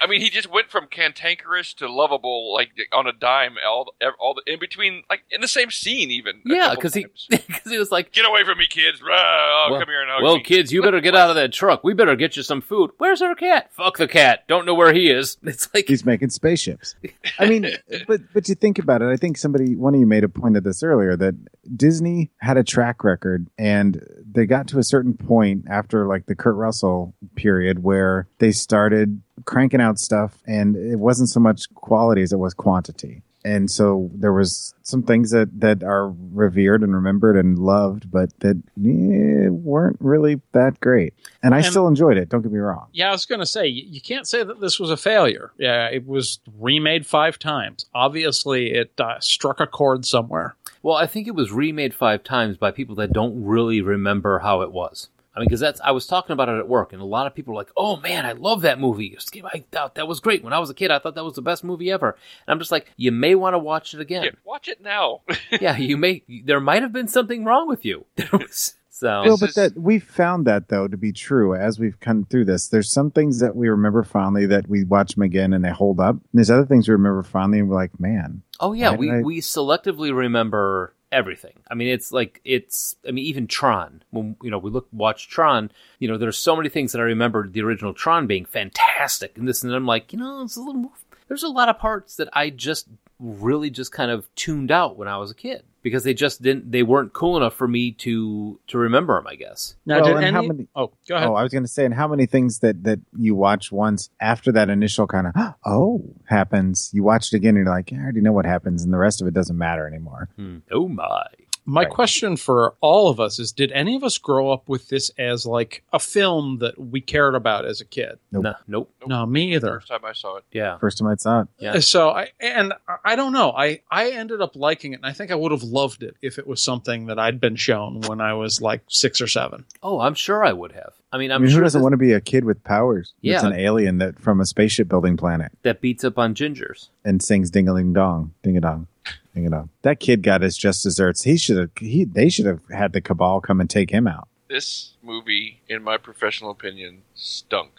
S1: I mean, he just went from cantankerous to lovable, like on a dime. All the- all the in between, like in the same scene, even. a
S4: Yeah,
S1: couple
S4: because he
S1: times.
S4: because he was like,
S1: get away from me, kids! Rah, oh,
S4: well,
S1: come here and hug
S4: well,
S1: me.
S4: kids, you better get out of that truck. We better get you some food. Where's our cat? Fuck the cat. Don't know where he is. It's like
S3: He's making spaceships. I mean, but but you think about it. I think somebody, one of you, made a point of this earlier that Disney had a track record, and they got to a certain point after like the Kurt Russell period where they started cranking out stuff, and it wasn't so much quality as it was quantity. And so there was some things that that are revered and remembered and loved, but that eh, weren't really that great. And I
S6: And-
S3: still enjoyed it. Don't get me wrong.
S6: Yeah, I was going to say, y- you can't say that this was a failure. Yeah, it was remade five times. Obviously, it uh, struck a chord somewhere.
S4: Well, I think it was remade five times by people that don't really remember how it was. I mean, because that's I was talking about it at work, and a lot of people were like, "Oh man, I love that movie. I thought that was great when I was a kid. I thought that was the best movie ever." And I'm just like, "You may want to watch it
S1: Yeah,
S4: again.
S1: watch it now.
S4: Yeah, you may. There might have been something wrong with you." There was so.
S3: Well,
S1: This
S3: but
S1: is-
S3: that we found that though to be true as we've come through this. There's some things that we remember fondly that we watch them again and they hold up. And there's other things we remember fondly and we're like, man,
S4: Oh yeah,
S3: Why
S4: we,
S3: did I-
S4: we selectively remember everything. I mean, it's like it's. I mean, even Tron. When you know we look watch Tron, you know there's so many things that I remembered the original Tron being fantastic and this and I'm like, you know, it's a little. There's a lot of parts that I just really just kind of tuned out when I was a kid because they just didn't. They weren't cool enough for me to to remember them. I guess.
S6: Now,
S3: Well,
S6: did
S3: and
S6: any,
S3: how many-
S6: Oh, go ahead.
S3: oh, I was going to say, and how many things that that you watch once after that initial kind of oh happens, you watch it again and you're like, yeah, I already know what happens, and the rest of it doesn't matter anymore.
S4: Hmm. Oh my.
S6: My
S3: Right.
S6: question for all of us is Did any of us grow up with this as like a film that we cared about as a kid?
S3: Nope.
S4: No, nope.
S6: No, me either.
S1: First time I saw it.
S4: Yeah.
S3: First time I saw it,
S4: Yeah.
S6: Uh, So I and I- I don't know. I I ended up liking it, and I think I would have loved it if it was something that I'd been shown when I was like six or seven.
S4: Oh, I'm sure I would have. I mean,
S3: I
S4: I'm
S3: mean,
S4: sure
S3: who doesn't
S4: this-
S3: want to be a kid with powers? it's
S4: Yeah.
S3: an alien that from a spaceship building planet.
S4: that beats up on gingers.
S3: and sings "Ding a Ling Dong," "Ding a Dong," "Ding a Dong." That kid got his just desserts. He should have. He they should have had the cabal come and take him out.
S1: This movie, in my professional opinion, stunk.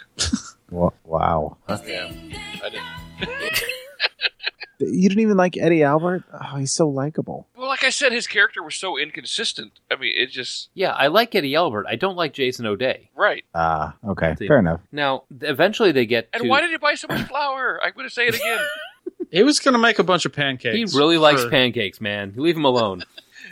S3: Wa- Wow,
S1: Yeah, I didn't.
S3: you didn't even like Eddie Albert. Oh, he's so likable.
S1: Well, like I said, his character was so inconsistent. I mean, it just
S4: Yeah, I like Eddie Albert. I don't like Jason O'Day.
S1: right.
S3: Ah, okay,
S4: See.
S3: fair enough.
S4: Now, th- eventually they get
S1: And
S4: to-
S1: why did he buy so much flour? I'm going to say it again.
S6: He was going to make a bunch of pancakes.
S4: he really likes
S6: for-
S4: pancakes, man. Leave him alone.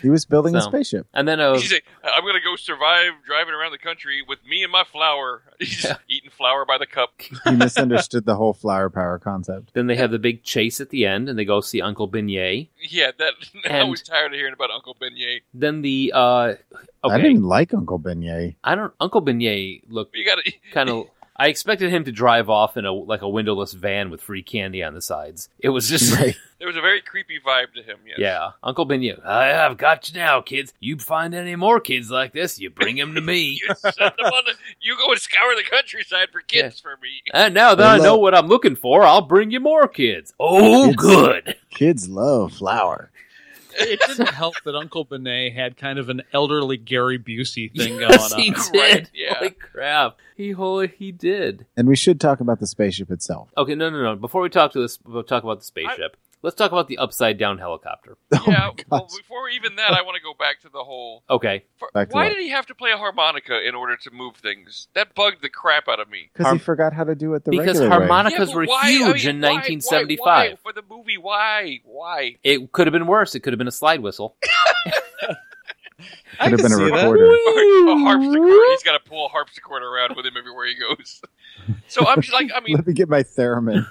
S3: He was building a
S4: So-
S3: spaceship.
S4: And then uh,
S1: He's like, I'm going to go survive driving around the country with me and my flour. He's just eating flour by the cup.
S3: He misunderstood the whole flower power concept.
S4: then they have the big chase at the end, and they go see Uncle Beignet.
S1: Yeah, that I
S4: And-
S1: was tired of hearing about Uncle Beignet.
S4: Then the uh,
S3: I didn't
S4: okay,
S3: even like Uncle Beignet.
S4: I don't. Uncle Beignet looked
S1: You got to
S4: kind of. I expected him to drive off in a like a windowless van with free candy on the sides. It was just
S3: Right.
S1: There was a very creepy vibe to him. Yes.
S4: Yeah, Uncle Beignet. I have got you now, kids. You find any more kids like this, you bring them to me.
S1: You, set them on the- you go and scour the countryside for kids for me.
S4: and now that I know what I'm looking for, I'll bring you more kids. Oh, good.
S3: Kids love flower.
S6: it didn't help that Uncle Benet had kind of an elderly Gary Busey thing going on.
S4: he did.
S1: Right, yeah.
S4: Holy crap. He holy he did.
S3: And we should talk about the spaceship itself.
S4: Okay, no, no, no. Before we talk to this, we'll talk about the spaceship. Let's talk about the upside down helicopter.
S1: yeah. Well,
S3: gosh.
S1: before even that, I want to go back to the whole.
S4: Okay,
S1: for-
S3: Back to
S1: why
S3: what?
S1: did he have to play a harmonica in order to move things? That bugged the crap out of me.
S3: Because
S4: Harm-
S3: he forgot how to do it the
S4: because
S3: regular way.
S4: harmonicas
S1: Yeah, but
S4: were
S1: why- I mean,
S4: huge in
S1: why- why-
S4: 1975.
S1: why? for the movie, why? Why?
S4: It could have been worse. It could have been a slide whistle.
S6: I
S3: Could have
S6: can
S3: been a
S6: see that.
S3: recorder.
S1: a harpsichord. He's got to pull a harpsichord around with him everywhere he goes. So I'm just like, I mean,
S3: Let me get my theremin.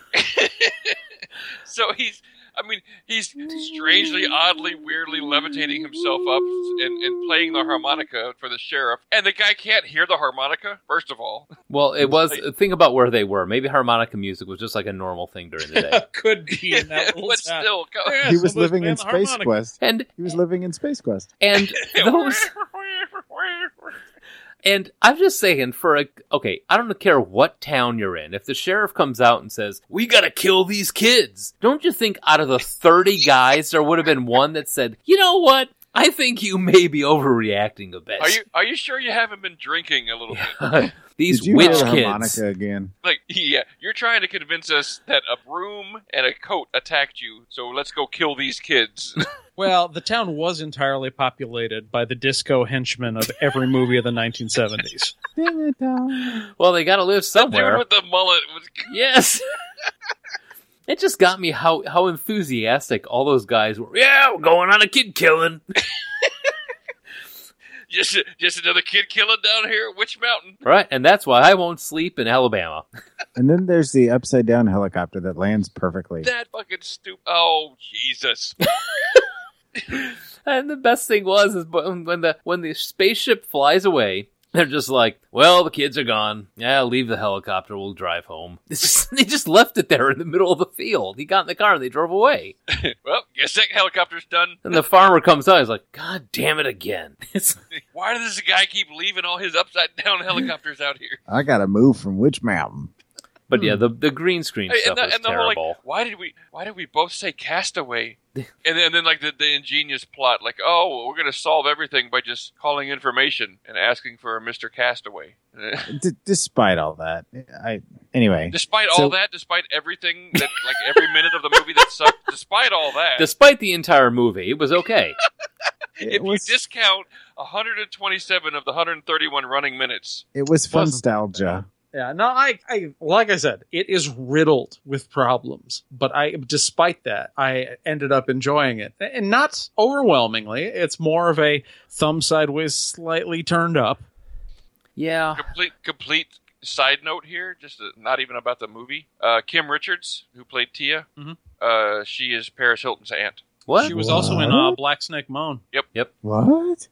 S1: so he's, I mean, he's strangely, oddly, weirdly levitating himself up and, and playing the harmonica for the sheriff. And the guy can't hear the harmonica, first of all.
S4: Well, it was. Think about where they were. Maybe harmonica music was just like a normal thing during the day.
S6: Could be in that little
S1: but
S6: town.
S1: still, go-
S6: Yeah,
S3: He was
S6: somebody's
S3: living in
S6: playing the
S3: Space
S6: harmonica.
S3: Quest.
S4: and
S3: He was living in Space Quest.
S4: and those and I'm just saying for a okay, I don't care what town you're in. If the sheriff comes out and says we gotta kill these kids, don't you think out of the thirty guys there would have been one that said, you know what? I think you may be overreacting a bit.
S1: Are you are you sure you haven't been drinking a little bit?
S4: These
S3: Did you
S4: witch
S3: hear the
S4: kids.
S3: harmonica again?
S1: Like, yeah, you're trying to convince us that a broom and a coat attacked you, so let's go kill these kids.
S6: Well, the town was entirely populated by the disco henchmen of every movie of the 1970s.
S3: Ding it dong.
S4: Well, they gotta live
S1: Dude
S4: somewhere.
S1: with the mullet was
S4: Yes. It just got me how, how enthusiastic all those guys were. Yeah, we're going on a kid killing.
S1: just just another kid killing down here at Witch Mountain.
S4: Right, and that's why I won't sleep in Alabama.
S3: And then there's the upside down helicopter that lands perfectly.
S1: That fucking stupid. Oh Jesus!
S4: And the best thing was is bu- when the when the spaceship flies away, they're just like, "Well, the kids are gone. Yeah, leave the helicopter. We'll drive home." It's just, they just left it there in the middle of the field. He got in the car and they drove away.
S1: Well, guess that helicopter's done.
S4: And the farmer comes out. He's like, "God damn it again!" It's,
S1: Why does this guy keep leaving all his upside down helicopters out here?
S3: I gotta move from Witch Mountain.
S4: but yeah, the the green screen
S1: Hey,
S4: stuff was terrible.
S1: whole like, why did we why did we both say castaway? and then, and then like the, the ingenious plot, like oh we're gonna solve everything by just calling information and asking for a Mister Castaway.
S3: D- despite all that, I anyway.
S1: despite
S3: So-
S1: all that, despite everything that like every minute of the movie that sucked, despite all that,
S4: Despite the entire movie, it was okay.
S3: it
S1: if
S3: was
S1: you discount 127 of the 131 running minutes,
S3: it was
S6: wasn't
S3: nostalgia.
S6: Yeah, no, I, I, like I said, it is riddled with problems. But I, despite that, I ended up enjoying it, and not overwhelmingly. It's more of a thumb sideways, slightly turned up.
S4: yeah,
S1: complete complete side note here, just uh, not even about the movie. Uh, Kim Richards, who played Tia,
S4: Mm-hmm.
S6: Mhm.
S1: uh, she is Paris Hilton's aunt.
S4: what?
S6: She was also in uh,
S3: What?
S6: Black Snake Moan.
S3: What?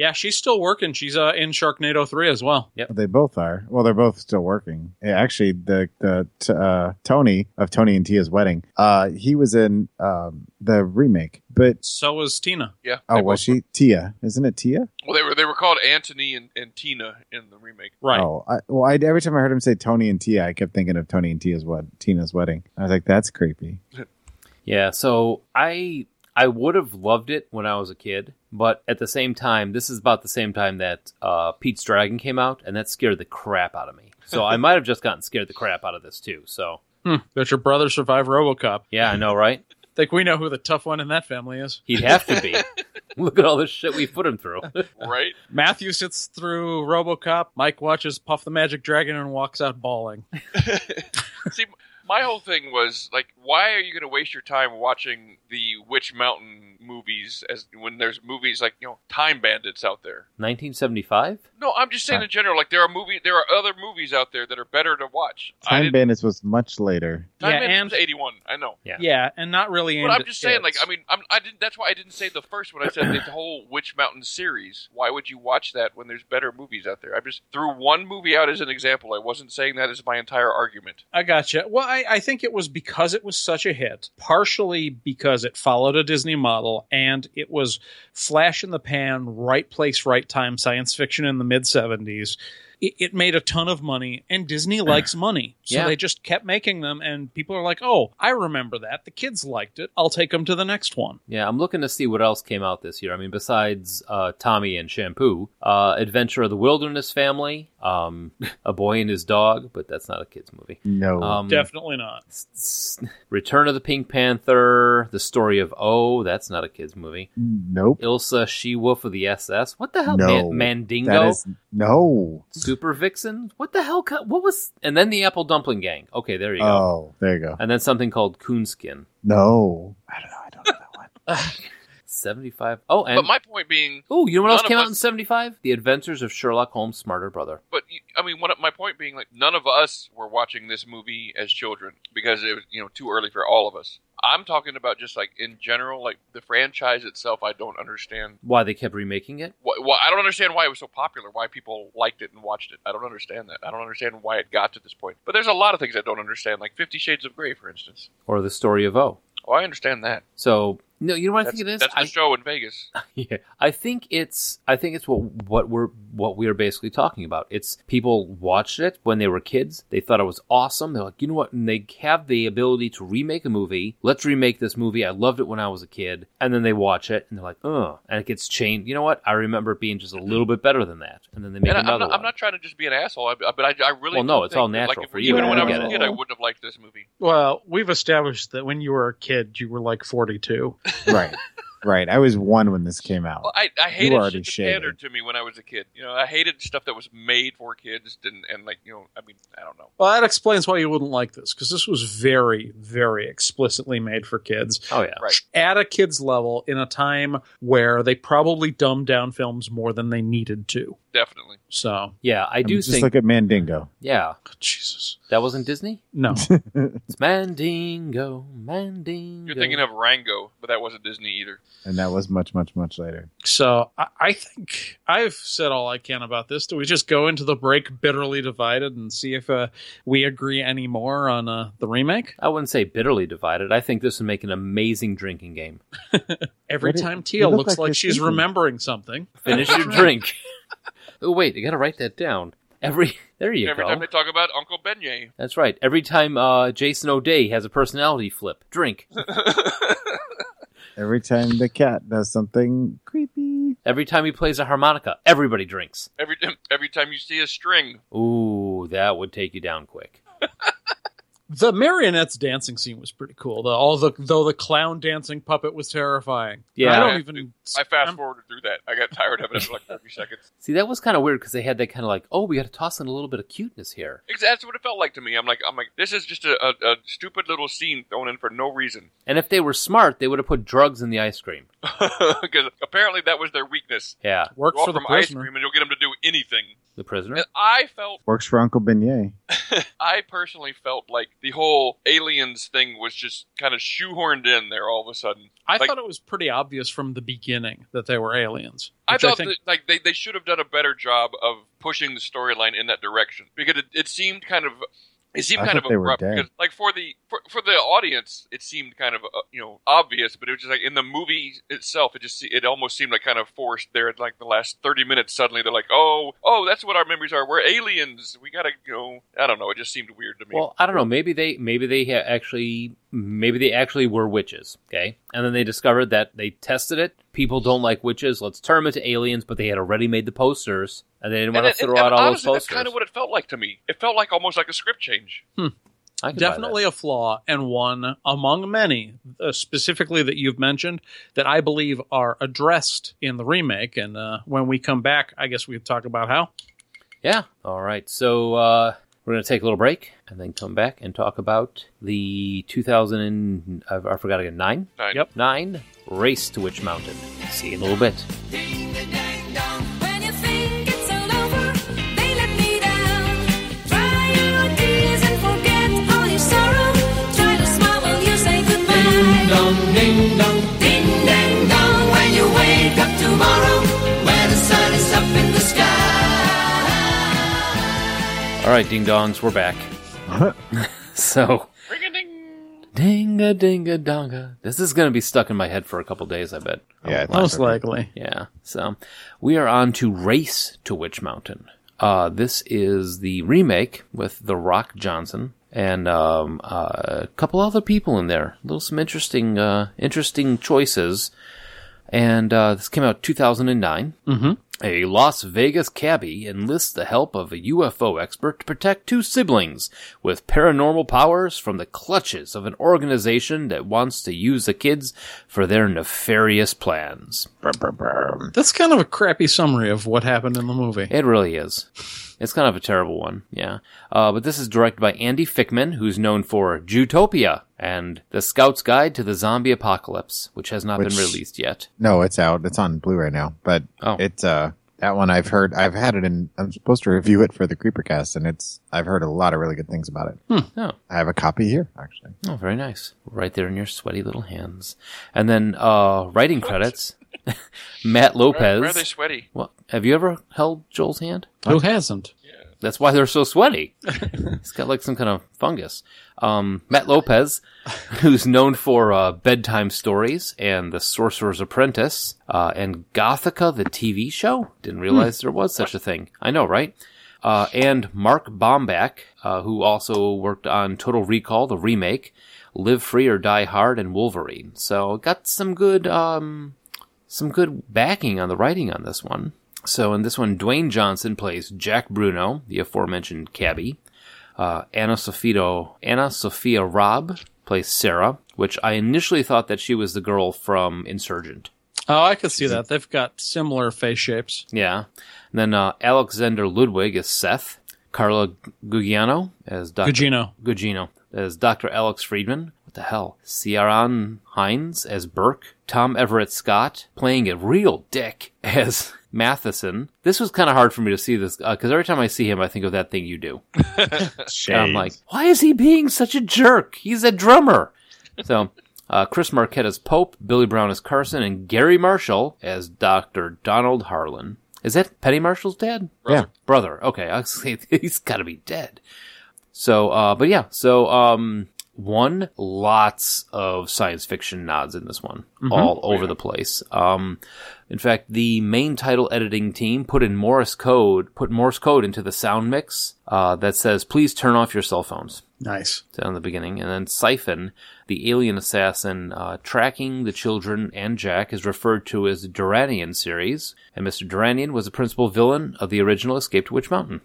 S6: Yeah, she's still working. She's uh, in Sharknado Three as well.
S3: They both are. Well, they're both still working. Yeah, Actually, the the t- uh, Tony of Tony and Tia's wedding. Uh, he was in um, the remake, but
S6: So was Tina.
S1: Yeah.
S3: oh,
S1: They
S3: was
S1: both-
S3: she Tia? Isn't it Tia?
S1: Well, they were they were called Anthony and, and Tina in the remake.
S6: Right.
S3: Oh, I, well, I, every time I heard him say Tony and Tia, I kept thinking of Tony and Tia's wed- Tina's wedding. I was like, that's creepy.
S4: Yeah, so I I would have loved it when I was a kid, but at the same time, this is about the same time that uh, Pete's Dragon came out, and that scared the crap out of me. So I might have just gotten scared the crap out of this too. So
S6: Hmm, That your brother survived RoboCop.
S4: yeah, I know, right?
S6: Like we know who the tough one in that family is.
S4: He'd have to be. Look at all the shit we put him through.
S1: right?
S6: Matthew sits through RoboCop. Mike watches Puff the Magic Dragon and walks out bawling.
S1: See, my whole thing was like, why are you going to waste your time watching the Witch Mountain movies as when there's movies like you know Time Bandits out there?
S4: 1975?
S1: No, I'm just saying in general, like there are movie, there are other movies out there that are better to watch. I
S3: Time
S1: didn't-
S3: Bandits was much later.
S1: Time
S6: Yeah,
S1: Bandits
S6: and-
S1: was 81. I know.
S4: Yeah.
S6: Yeah, and not really.
S1: But
S6: aimed
S1: I'm
S6: at
S1: just saying, like,
S6: kids.
S1: I mean, I'm, I didn't. That's why I didn't say the first one. I said the whole Witch Mountain series. Why would you watch that when there's better movies out there? I just threw one movie out as an example. I wasn't saying that as my entire argument.
S6: I gotcha. Well, I, I think it was because it was such a hit, partially because it followed a Disney model and it was flash in the pan, right place, right time, science fiction in the mid 70s. It, it made a ton of money, and Disney likes money. So
S4: Yeah.
S6: they just kept making them, and people are like, oh, I remember that. The kids liked it. I'll take them to the next one.
S4: Yeah, I'm looking to see what else came out this year. I mean, besides uh, Tommy and Shampoo, uh, Adventure of the Wilderness Family, um, A Boy and His Dog, but that's not a kids movie.
S3: No.
S1: Uh,
S4: Um,
S6: Definitely not.
S4: s- s- Return of the Pink Panther, The Story of O, that's not a kids movie.
S3: nope.
S4: Ilsa She Wolf of the SS, what the hell?
S3: No.
S4: Man- Mandingo,
S3: That is no.
S4: Super Vixen, what the hell? co- What was? And then the Apple Dumpling Gang. Okay, there you go.
S3: Oh, there you go.
S4: And then something called Coonskin.
S3: No. I don't know. I don't know that one.
S4: 75. Oh, and
S1: but my point being,
S4: Oh, you know what else
S1: None of
S4: came out
S1: us-
S4: in 75? The Adventures of Sherlock Holmes' Smarter Brother.
S1: but you- I mean, one of my point being, like, none of us were watching this movie as children because it was you know too early for all of us. I'm talking about just like in general, like the franchise itself. I don't understand.
S4: Why they kept remaking it?
S1: wh- why I don't understand why it was so popular, why people liked it and watched it. I don't understand that. I don't understand why it got to this point. But there's a lot of things I don't understand, like Fifty Shades of Grey, for instance.
S4: Or the story of O.
S1: Oh, I understand that.
S4: So, no, you know what I
S1: That's,
S4: think it is?
S1: that's the
S4: I,
S1: show in Vegas.
S4: yeah, I think it's I think it's what what we're what we are basically talking about. It's people watched it when they were kids. They thought it was awesome. They're like, you know what? And they have the ability to remake a movie. Let's remake this movie. I loved it when I was a kid. And then they watch it and they're like, oh, and it gets changed. You know what? I remember it being just a little bit better than that. And then they make
S1: And I-
S4: another
S1: I'm not,
S4: one.
S1: I'm not trying to just be an asshole, I, I- but I, I really
S4: Well, no,
S1: do
S4: it's all
S1: think that,
S4: natural
S1: like,
S4: for
S1: if-
S4: you.
S1: Even when I was
S6: I
S1: a
S6: get
S1: kid,
S6: it.
S1: I wouldn't have liked this movie.
S6: Well, we've established that when you were a kid, you were like 42.
S3: right. Right. I was one when this came out.
S1: Well, I, I hated
S3: already
S1: shit that
S3: shaded.
S1: pandered to me when I was a kid. You know, I hated stuff that was made for kids, and and like you know, I mean, I don't know.
S6: Well, that explains why you wouldn't like this because this was very, very explicitly made for kids.
S4: oh yeah.
S1: Right.
S6: At a kid's level, in a time where they probably dumbed down films more than they needed to.
S1: Definitely.
S6: So,
S4: Yeah, I
S3: I
S4: do
S3: mean, just
S4: think.
S3: look at Mandingo.
S4: yeah,
S6: Jesus.
S4: that wasn't Disney.
S6: No.
S4: It's Mandingo, Mandingo.
S1: You're thinking of Rango, but that wasn't Disney either.
S3: And that was much, much, much later.
S6: so, I, I think I've said all I can about this. Do we just go into the break bitterly divided and see if uh, we agree any more on uh, the remake?
S4: I wouldn't say bitterly divided. I think this would make an amazing drinking game.
S6: Every
S3: What it-
S6: time
S3: you
S6: Teal
S3: look
S6: looks
S3: like
S6: like
S3: you're
S6: she's
S3: thinking.
S6: remembering something.
S4: Finish your drink. oh wait, you got to write that down. Every there you
S1: Every
S4: go.
S1: time they talk about Uncle Beignet,
S4: That's right. Every time uh, Jason O'Day has a personality flip, drink.
S3: Every time the cat does something creepy.
S4: Every time he plays a harmonica, everybody drinks.
S1: every every time you see a string,
S4: Ooh, that would take you down quick.
S6: The marionettes dancing scene was pretty cool. Though all the though the clown dancing puppet was terrifying.
S4: Yeah.
S6: I don't even.
S1: I fast
S6: I'm-
S1: forwarded through that. I got tired of it after like 30 seconds.
S4: See, that was kind of weird because they had that kind of like, oh, we got to toss in a little bit of cuteness here.
S1: Ex- That's what it felt like to me. I'm like, I'm like, this is just a, a, a stupid little scene thrown in for no reason.
S4: And if they were smart, they would have put drugs in the ice cream.
S1: Because apparently that was their weakness.
S4: Yeah,
S6: Work
S1: Go
S6: for the
S1: from ice
S6: prisoner.
S1: cream and you'll get them to do anything.
S4: the prisoner.
S1: And I felt,
S3: Works for Uncle Beignet.
S1: I personally felt like the whole aliens thing was just kind of shoehorned in there all of a sudden.
S6: I
S1: Like-
S6: thought it was pretty obvious from the beginning that they were aliens.
S1: I
S6: which I
S1: thought
S6: think-
S1: that, like they, they should have done a better job of pushing the storyline in that direction because it, it seemed kind of it seemed
S3: I
S1: kind of
S3: thought they were
S1: abrupt
S3: dead.
S1: because like for the for, for the audience it seemed kind of uh, you know obvious but it was just like in the movie itself it just se- it almost seemed like kind of forced there at like the last 30 minutes suddenly they're like oh oh that's what our memories are we're aliens we gotta you know I don't know it just seemed weird to me
S4: Well, I don't know. Maybe they maybe they ha- actually maybe they actually were witches. Okay, and then they discovered that they tested it. People don't like witches. Let's turn them into aliens. But they had already made the posters, and they didn't
S1: and,
S4: want to
S1: it-
S4: throw
S1: and
S4: out all
S1: honestly,
S4: those
S1: that's
S4: posters.
S1: kind of what it felt like to me it felt like almost like a script change
S4: I could buy that.
S6: definitely a flaw and one among many uh, specifically that you've mentioned that i believe are addressed in the remake and uh, when we come back i guess we could talk about how
S4: Yeah. All right. So uh, we're going to take a little break and then come back and talk about the 2000. And, I, I forgot again. Nine.
S1: Nine.
S6: Yep.
S4: Nine. Race to Witch Mountain. See you in a little bit.
S5: When you think it's all over, they let me down. Try your tears and forget all your sorrow. Try to smile when you say goodbye. Ding dong, ding dong, ding ding dong. When you wake up tomorrow, where the sun is up in the sky.
S4: All right, ding dongs, we're back. so. Ding a ding a donga. This is going to be stuck in my head for a couple days, I bet.
S3: Yeah, I think
S6: most
S3: so.
S6: likely
S4: Yeah. So we are on to Race to Witch Mountain. Uh, this is the remake with The Rock Johnson and um, uh, a couple other people in there. Little some interesting, uh, interesting choices. And uh, this came out 2009. Mm-hmm. A Las Vegas cabbie enlists the help of a UFO expert to protect two siblings with paranormal powers from the clutches of an organization that wants to use the kids for their nefarious plans.
S6: that's kind of a crappy summary of what happened in the movie
S4: It really is. It's kind of a terrible one, yeah. Uh, but this is directed by Andy Fickman, who's known for Zootopia and The Scout's Guide to the Zombie Apocalypse, which has not
S3: Which-
S4: been released yet.
S3: No, it's out. It's on Blu-ray now, but
S4: Oh.
S3: it's uh that one I've heard. I've had it in. I'm supposed to review it for the Creepercast, and it's. I've heard a lot of really good things about it.
S4: Oh.
S3: I have a copy here actually.
S4: Oh, very nice. Right there in your sweaty little hands. And then uh, writing credits Matt Lopez.
S1: Rather sweaty.
S4: Well, have you ever held Joel's hand?
S6: who hasn't
S4: That's why they're so sweaty. He's got like some kind of fungus. Um, Matt Lopez, who's known for uh, bedtime stories and The Sorcerer's Apprentice uh, and Gothica, the TV show. Didn't realize there was such a thing. I know, right? Uh, and Mark Bomback, uh, who also worked on Total Recall, the remake, Live Free or Die Hard, and Wolverine. So got some good um, some good backing on the writing on this one. So in this one, Dwayne Johnson plays Jack Bruno, the aforementioned cabbie. Uh, Anna Sofito, Anna Sophia Robb plays Sarah, which I initially thought that she was the girl from Insurgent.
S6: oh i could see that they've got similar face shapes
S4: Yeah. And then uh, Alexander Ludwig is Seth. Carla Gugiano as Dr.
S6: Gugino.
S4: Gugino as Dr. Alex Friedman. What the hell? Ciaran Hines as Burke. Tom Everett Scott playing a real dick as Matheson. This was kind of hard for me to see this because every time I see him, I think of that thing you do. And I'm like, why is he being such a jerk? He's a drummer. So, uh, Chris Marquette as Pope, Billy Brown as Carson, and Gary Marshall as Dr. Donald Harlan. Is that Petty Marshall's dad?
S3: Brother.
S4: Brother. Okay. I was gonna say, He's got to be dead. So, uh, but yeah. So, um, one, lots of science fiction nods in this one, all over the place. Um, in fact, the main title editing team put in Morse code, put Morse code into the sound mix, uh, that says, please turn off your cell phones
S6: nice
S4: down the beginning, and then Siphon, the alien assassin, uh, tracking the children and Jack, is referred to as the Duranian series, and Mr. Duranian was the principal villain of the original Escape to Witch Mountain.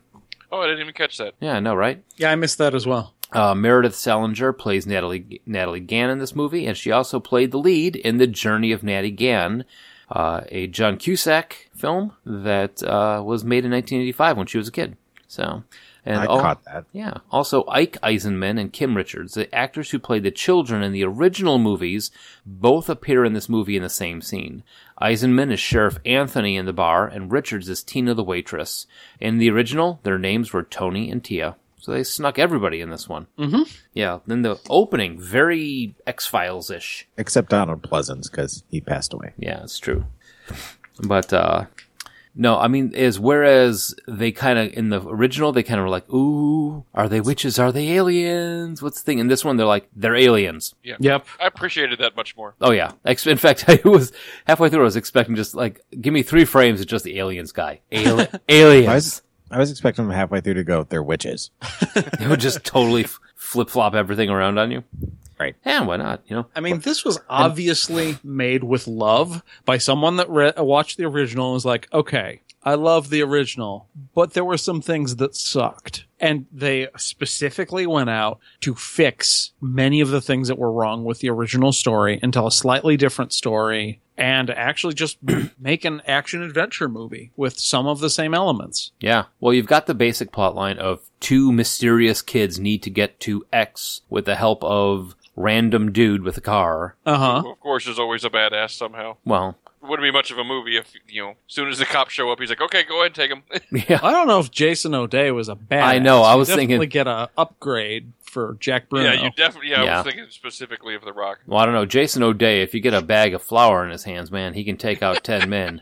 S1: Oh, I didn't even catch that.
S4: Yeah, I know, right?
S6: yeah i missed that as well
S4: Uh, Meredith Salinger plays Natalie Natalie Gann in this movie, and she also played the lead in The Journey of Natty Gann, uh, a John Cusack film that uh, was made in 1985 when she was a kid. So, and
S3: I
S1: Oh.
S4: all-
S3: caught that.
S4: yeah. Also, Ike Eisenman and Kim Richards, the actors who played the children in the original movies, both appear in this movie in the same scene. Eisenman is Sheriff Anthony in the bar, and Richards is Tina the waitress. In the original, their names were Tony and Tia. So they snuck everybody in this one. Mm-hmm. Yeah. Then the opening, very X Files ish.
S3: Except Donald Pleasance because he passed away.
S4: Yeah, it's true. But uh no, I mean is whereas they kind of in the original they kind of were like, "Ooh, are they witches? Are they aliens? What's the thing?" In this one they're like, "They're aliens."
S1: Yeah.
S6: Yep.
S1: I appreciated that much more.
S4: Oh yeah. Ex- In fact, I was halfway through I was expecting just like, "Give me 3 frames of just the aliens guy." Ali-
S3: I
S4: aliens.
S3: was I was expecting him halfway through to go. They're witches.
S4: It would just totally f- flip-flop everything around on you.
S3: Right.
S4: Yeah, why not, you know?
S6: I mean, this was obviously made with love by someone that re- watched the original and was like, okay, I love the original, but there were some things that sucked. And they specifically went out to fix many of the things that were wrong with the original story and tell a slightly different story and actually just make an action adventure movie with some of the same elements.
S4: Yeah. Well, you've got the basic plot line of two mysterious kids need to get to X with the help of random dude with a car.
S6: Uh huh.
S1: Who, of course, is always a badass somehow.
S4: Well,
S1: Wouldn't be much of a movie if you know. As soon as the cops show up, he's like, "Okay, go ahead, and take him."
S4: yeah.
S6: I don't know if Jason O'Day was a bad.
S4: I know, I was
S6: definitely
S4: thinking-
S6: get a upgrade for Jack Bruno.
S1: yeah, you definitely. Yeah, I
S4: Yeah.
S1: was thinking specifically of The Rock.
S4: Well, I don't know. Jason O'Day, if you get a bag of flour in his hands, man, he can take out 10 men.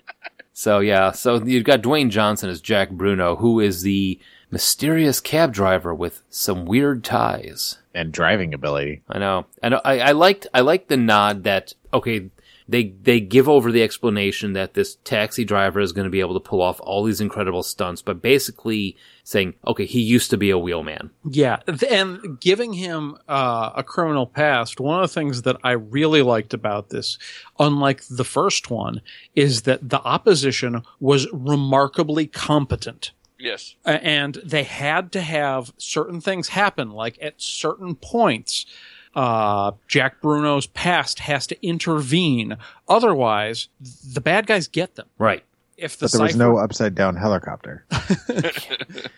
S4: So, yeah. So you've got Dwayne Johnson as Jack Bruno, who is the mysterious cab driver with some weird ties.
S3: and driving ability.
S4: I know. And I, I liked I liked the nod that okay, they they give over the explanation that this taxi driver is going to be able to pull off all these incredible stunts, but basically saying, okay, he used to be a wheelman.
S6: Yeah, th- and giving him uh, a criminal past, one of the things that I really liked about this, unlike the first one, is that the opposition was remarkably competent.
S1: Yes,
S6: Uh, and they had to have certain things happen, like at certain points, uh, Jack Bruno's past has to intervene. Otherwise, th- the bad guys get them.
S4: Right.
S6: If the
S3: But there was
S6: cipher-
S3: no upside down helicopter.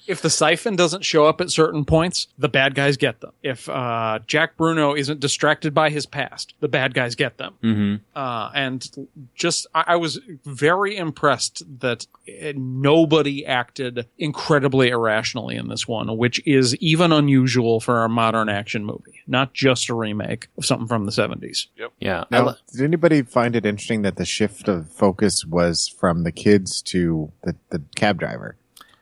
S6: if the siphon doesn't show up at certain points, the bad guys get them. If uh, Jack Bruno isn't distracted by his past, the bad guys get them. Uh, and just, I, I was very impressed that eh, nobody acted incredibly irrationally in this one, which is even unusual for a modern action movie, not just a remake of something from the 70s.
S4: Yeah. I
S3: Now,
S4: li-
S3: did anybody find it interesting that the shift of focus was from the kids to the, the cab driver?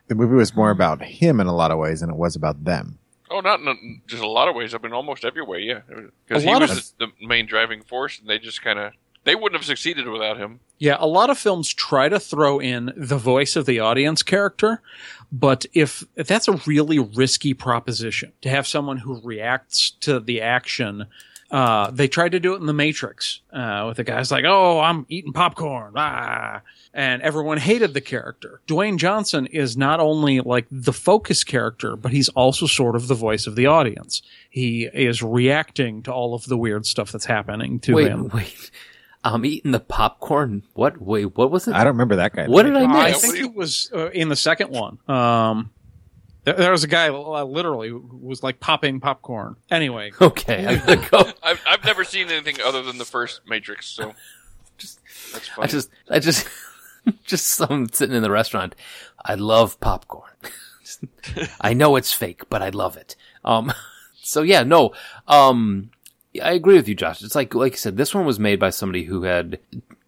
S3: The movie was more about him in a lot of ways than it was about them.
S1: Oh, not in a, just a lot of ways. I mean, almost every way, yeah. Because
S6: A
S1: he
S6: lot
S1: was
S6: of-
S1: the, the main driving force, and they just kind of they wouldn't have succeeded without him.
S6: Yeah, a lot of films try to throw in the voice of the audience character, but if, if that's a really risky proposition to have someone who reacts to the action, uh, they tried to do it in The Matrix uh, with the guys like, "Oh, I'm eating popcorn," ah, and everyone hated the character. Dwayne Johnson is not only like the focus character, but he's also sort of the voice of the audience. He is reacting to all of the weird stuff that's happening to
S4: wait,
S6: him.
S4: wait. I'm eating the popcorn. What? Wait, what was it?
S3: I don't remember that guy.
S4: What did I
S6: I
S4: miss?
S6: think it was uh, in the second one. Um, there, there was a guy uh, literally who was like popping popcorn. Anyway,
S4: Okay, I'm gonna go.
S1: I've, I've never seen anything other than the first Matrix, so just that's
S4: I
S1: funny.
S4: just, I just, just some sitting in the restaurant. I love popcorn. I know it's fake, but I love it. Um, so yeah, no, um, I agree with you, Josh. It's like, like you said, this one was made by somebody who had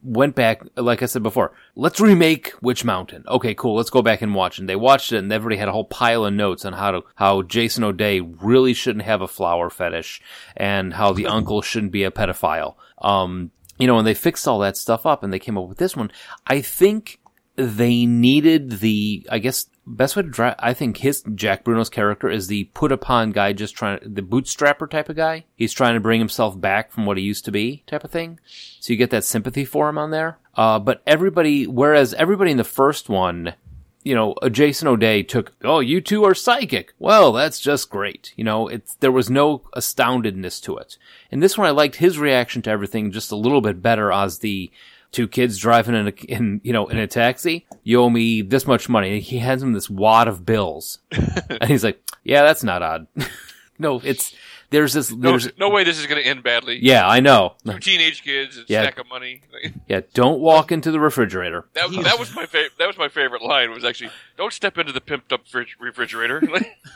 S4: went back, like I said before, let's remake Witch Mountain. Okay, cool. Let's go back and watch. And they watched it and everybody had a whole pile of notes on how to, how Jason O'Day really shouldn't have a flower fetish and how the uncle shouldn't be a pedophile. Um, you know, and they fixed all that stuff up and they came up with this one. I think they needed the, I guess, best way to drive. I think his Jack Bruno's character is the put upon guy, just trying the bootstrapper type of guy. He's trying to bring himself back from what he used to be, type of thing. So you get that sympathy for him on there. Uh, but everybody, whereas everybody in the first one, you know, uh, Jason O'Day took, oh, you two are psychic. Well, that's just great. You know, it's, there was no astoundedness to it. And this one, I liked his reaction to everything just a little bit better as the two kids driving in a, in, you know, in a taxi. You owe me this much money. He hands him this wad of bills. and he's like, yeah, that's not odd. no, it's, there's this,
S1: no,
S4: there's,
S1: no way this is going to end badly.
S4: yeah, I know.
S1: Two teenage kids, and
S4: Yeah.
S1: stack of money.
S4: Yeah, don't walk into the refrigerator.
S1: That, that was my favorite. That was my favorite line. Was actually, "Don't step into the pimped up fridge- refrigerator."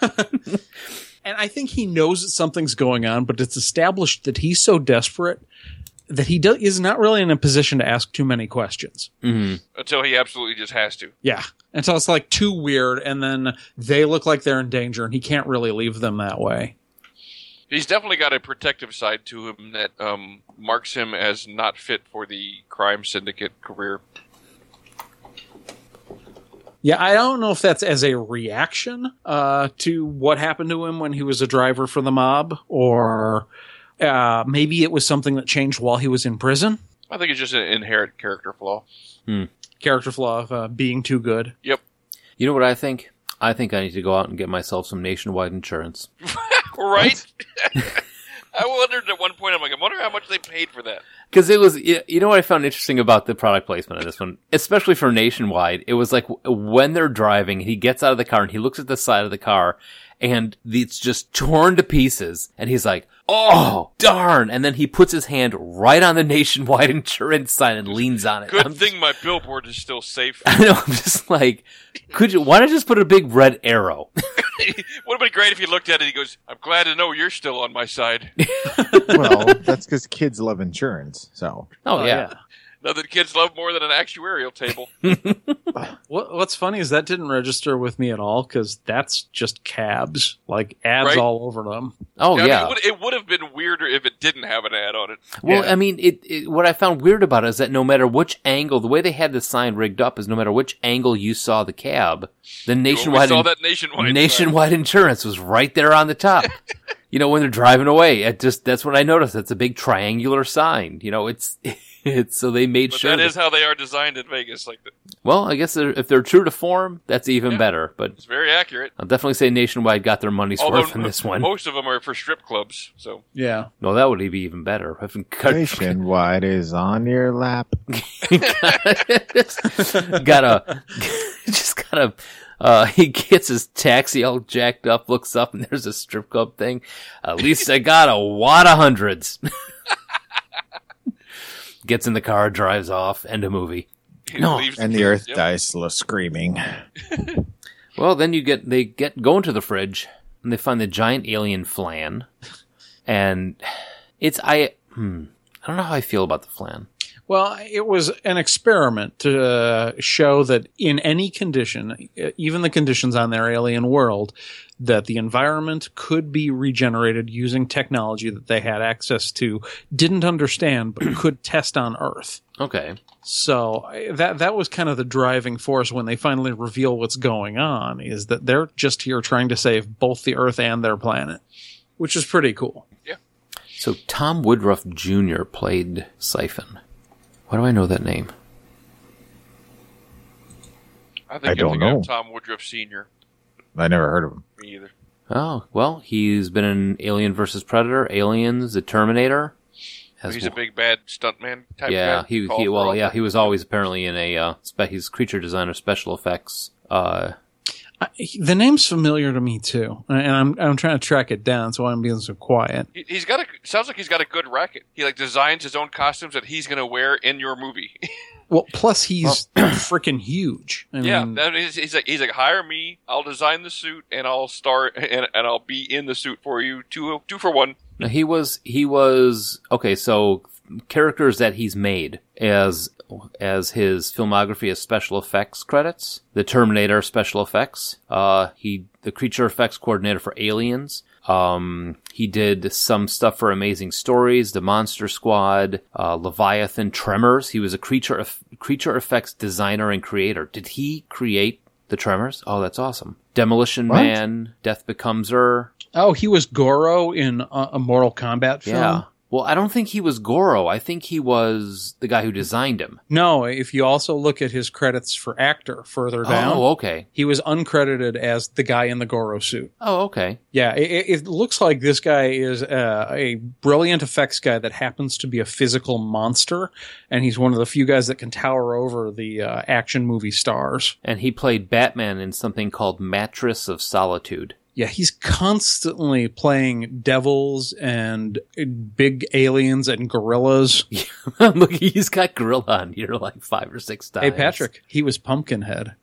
S6: and I think he knows that something's going on, but it's established that he's so desperate that he do- is not really in a position to ask too many questions.
S4: Mm-hmm.
S1: until he absolutely just has to.
S6: Yeah. And so it's like too weird, and then they look like they're in danger, and he can't really leave them that way.
S1: He's definitely got a protective side to him that um, marks him as not fit for the crime syndicate career.
S6: Yeah, I don't know if that's as a reaction uh, to what happened to him when he was a driver for the mob, or uh, maybe it was something that changed while he was in prison.
S1: I think it's just an inherent character flaw.
S6: character flaw of uh, being too good.
S1: Yep.
S4: You know what I think? I think I need to go out and get myself some nationwide insurance.
S1: Right? I wondered at one point, I'm like, I wonder how much they paid for that.
S4: Because it was, y- you know what I found interesting about the product placement of this one, especially for Nationwide, it was like w- when they're driving, he gets out of the car and he looks at the side of the car and the- it's just torn to pieces and he's like, oh, darn. And then he puts his hand right on the Nationwide insurance sign and leans on it.
S1: Good
S4: I'm-
S1: thing my billboard is still safe.
S4: I know, I'm just like, could you, why not just put a big red arrow?
S1: Would have been great if he looked at it. He goes, "I'm glad to know you're still on my side."
S3: well, that's because kids love insurance. So
S4: Oh, yeah.
S1: Nothing kids love more than an actuarial table.
S6: What, what's funny is that didn't register with me at all because that's just cabs, like ads
S1: Right.
S6: all over them.
S4: Oh,
S1: I mean,
S4: yeah.
S1: it, would, it would have been weirder if it didn't have an ad on it.
S4: Well,
S6: Yeah.
S4: I mean, it, it. What I found weird about it is that no matter which angle, the way they had the sign rigged up is no matter which angle you saw the cab, the
S1: we
S4: nationwide
S1: saw that nationwide.
S4: nationwide insurance was right there on the top. you know, when they're driving away, it just that's what I noticed. That's a big triangular sign. You know, it's it's so they made
S1: But
S4: sure.
S1: that is how they are designed in Vegas. Like that-
S4: well, I guess they're, if they're true to form, that's even better. But
S1: it's very accurate.
S4: I'll definitely say Nationwide got their money's
S1: Although
S4: worth in this one.
S1: most of them are for strip clubs. So
S6: Yeah.
S4: no, that would be even better. If we cut-
S3: nationwide is on your lap.
S4: got a just got a uh, he gets his taxi all jacked up, looks up, and there's a strip club thing. At least I got a wad of hundreds. Gets in the car, drives off, end of movie.
S1: he
S4: No,
S1: leaves
S3: And the earth
S1: Yep.
S3: dies slow screaming.
S4: Well, then you get they get go into the fridge and they find the giant alien flan, and it's I hmm, I don't know how I feel about the flan.
S6: Well, it was an experiment to uh, show that in any condition, e- even the conditions on their alien world, that the environment could be regenerated using technology that they had access to, didn't understand, but could test on Earth.
S4: Okay,
S6: So I- that that was kind of the driving force when they finally reveal what's going on is that they're just here trying to save both the Earth and their planet, which is pretty cool.
S4: so Tom Woodruff Jr. played Siphon. Why do I know that name?
S1: I think
S3: I
S1: I
S3: don't
S1: think I'm
S3: know.
S1: Tom Woodruff Senior.
S3: I never heard of him.
S1: Me either.
S4: Oh, well, he's been in Alien versus Predator, Aliens, The Terminator. As
S1: He's a
S4: well.
S1: big bad stuntman type.
S4: yeah,
S1: guy.
S4: he,
S1: Call
S4: he
S1: for
S4: well,
S1: help.
S4: yeah, he was always apparently in a uh, spe- he's creature designer special effects. Uh,
S6: I, the name's familiar to me too, and I'm I'm trying to track it down. So I'm being so quiet.
S1: He- He's got a sounds like he's got a good racket. He like designs his own costumes that he's gonna wear in your movie.
S6: Well, plus he's freaking huge. I
S1: yeah,
S4: Mm-hmm.
S6: mean,
S1: that is, he's like he's like hire me. I'll design the suit and I'll start and, and I'll be in the suit for you. Two two for one.
S4: now he was he was okay. So characters that he's made as as his filmography as special effects credits: the Terminator special effects. Uh, he the creature effects coordinator for Aliens. Um, he did some stuff for Amazing Stories, The Monster Squad, uh, Leviathan, Tremors. He was a creature eff- creature effects designer and creator. Did he create the Tremors? Oh, that's awesome. Demolition
S3: What?
S4: Man, Death Becomes Her.
S6: oh, he was Goro in uh, a Mortal Kombat film.
S4: Yeah. Well, I don't think he was Goro. I think he was the guy who designed him.
S6: No, if you also look at his credits for actor further down,
S4: Oh, okay.
S6: he was uncredited as the guy in the Goro suit.
S4: Oh, okay.
S6: Yeah, it- it, it looks like this guy is uh, a brilliant effects guy that happens to be a physical monster, and he's one of the few guys that can tower over the uh, action movie stars.
S4: And he played Batman in something called Mattress of Solitude.
S6: Yeah, he's constantly playing devils and uh, big aliens and gorillas.
S4: Look, he's got Gorilla on here like five or six times.
S6: Hey, Patrick, he was Pumpkinhead.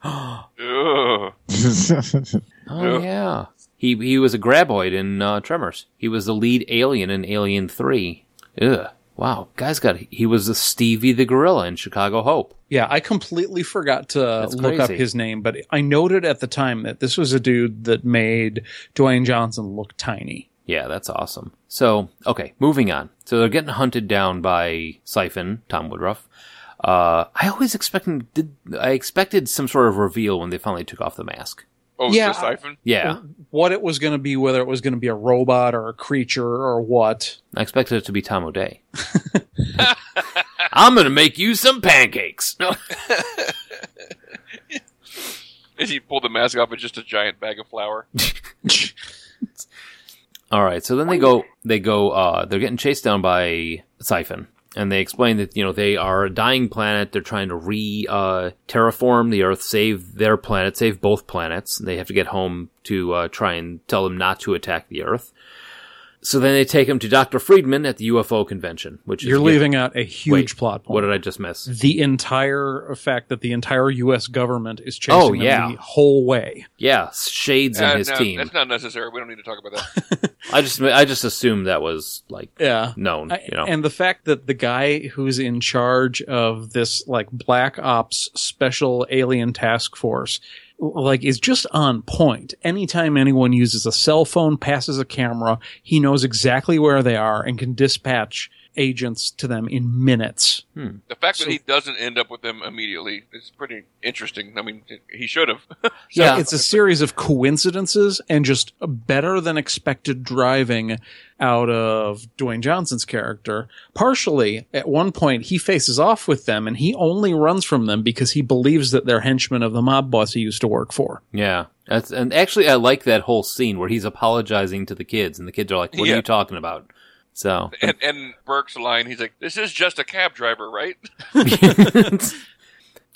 S1: Ugh.
S4: Oh, yeah. He he was a graboid in uh, Tremors. He was the lead alien in Alien 3. Ugh. Wow. Guy's got. He was a Stevie the Gorilla in Chicago Hope.
S6: Yeah, I completely forgot to look up
S4: crazy.
S6: his name, but I noted at the time that this was a dude that made Dwayne Johnson look tiny.
S4: Yeah, that's awesome. So, okay, moving on. So they're getting hunted down by Siphon, Tom Woodruff. Uh, I always expected did, I expected some sort of reveal when they finally took off the mask.
S1: Oh, yeah.
S6: Yeah.
S1: the siphon.
S4: Yeah,
S6: What it was going to be, whether it was going to be a robot or a creature or what.
S4: I expected it to be Tom O'Day. I'm gonna make you some pancakes.
S1: As he pulled the mask off, it's just a giant bag of flour.
S4: All right, so then they go they go uh they're getting chased down by Siphon and they explain that you know they are a dying planet, they're trying to re uh terraform the earth, save their planet, save both planets. And they have to get home to uh try and tell them not to attack the earth. So then they take him to Dr. Friedman at the UFO convention, which is
S6: You're leaving out a huge
S4: Wait,
S6: plot point.
S4: What did I just miss?
S6: the entire fact that the entire U.S. government is chasing
S4: Oh,
S6: them
S4: yeah.
S6: the whole way.
S4: Yeah, Shades
S1: Uh,
S4: and his
S1: no,
S4: team.
S1: That's not necessary. We don't need to talk about that.
S4: I just I just assumed that was like
S6: Yeah.
S4: known,
S6: I-
S4: you know.
S6: And the fact that the guy who's in charge of this like black ops special alien task force like is just on point. Anytime anyone uses a cell phone, passes a camera, he knows exactly where they are and can dispatch agents to them in minutes.
S1: The fact that he doesn't end up with them immediately is pretty interesting. I mean, he should have.
S6: So
S4: Yeah.
S6: it's a series of coincidences and just better than expected driving out of Dwayne Johnson's character. Partially, at one point, he faces off with them and he only runs from them because he believes that they're henchmen of the mob boss he used to work for.
S4: Yeah. That's, and actually, I like that whole scene where he's apologizing to the kids, and the kids are like, What are
S1: Yeah.
S4: you talking about? So,
S1: and, and Burke's line, he's like, "This is just a cab driver, right?"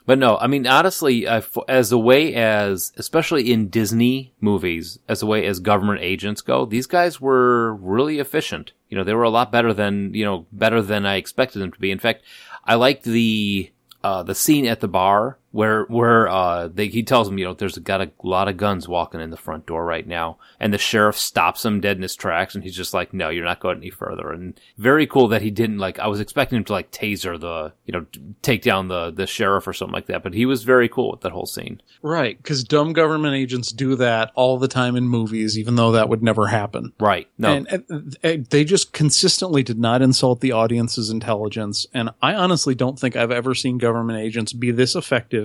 S4: but no, I mean, honestly, I f as a way as, especially in Disney movies, as a way as government agents go, these guys were really efficient. You know, they were a lot better than, you know, better than I expected them to be. In fact, I liked the, uh, the scene at the bar where, where, uh, they, he tells him, you know, there's got a lot of guns walking in the front door right now. And the sheriff stops him dead in his tracks and he's just like, no, you're not going any further. And very cool that he didn't like, I was expecting him to like taser the, you know, t- take down the, the sheriff or something like that. But he was very cool with that whole scene.
S6: Right, because dumb government agents do that all the time in movies, even though that would never happen.
S4: Right. No.
S6: And uh, uh, they just consistently did not insult the audience's intelligence. And I honestly don't think I've ever seen government agents be this effective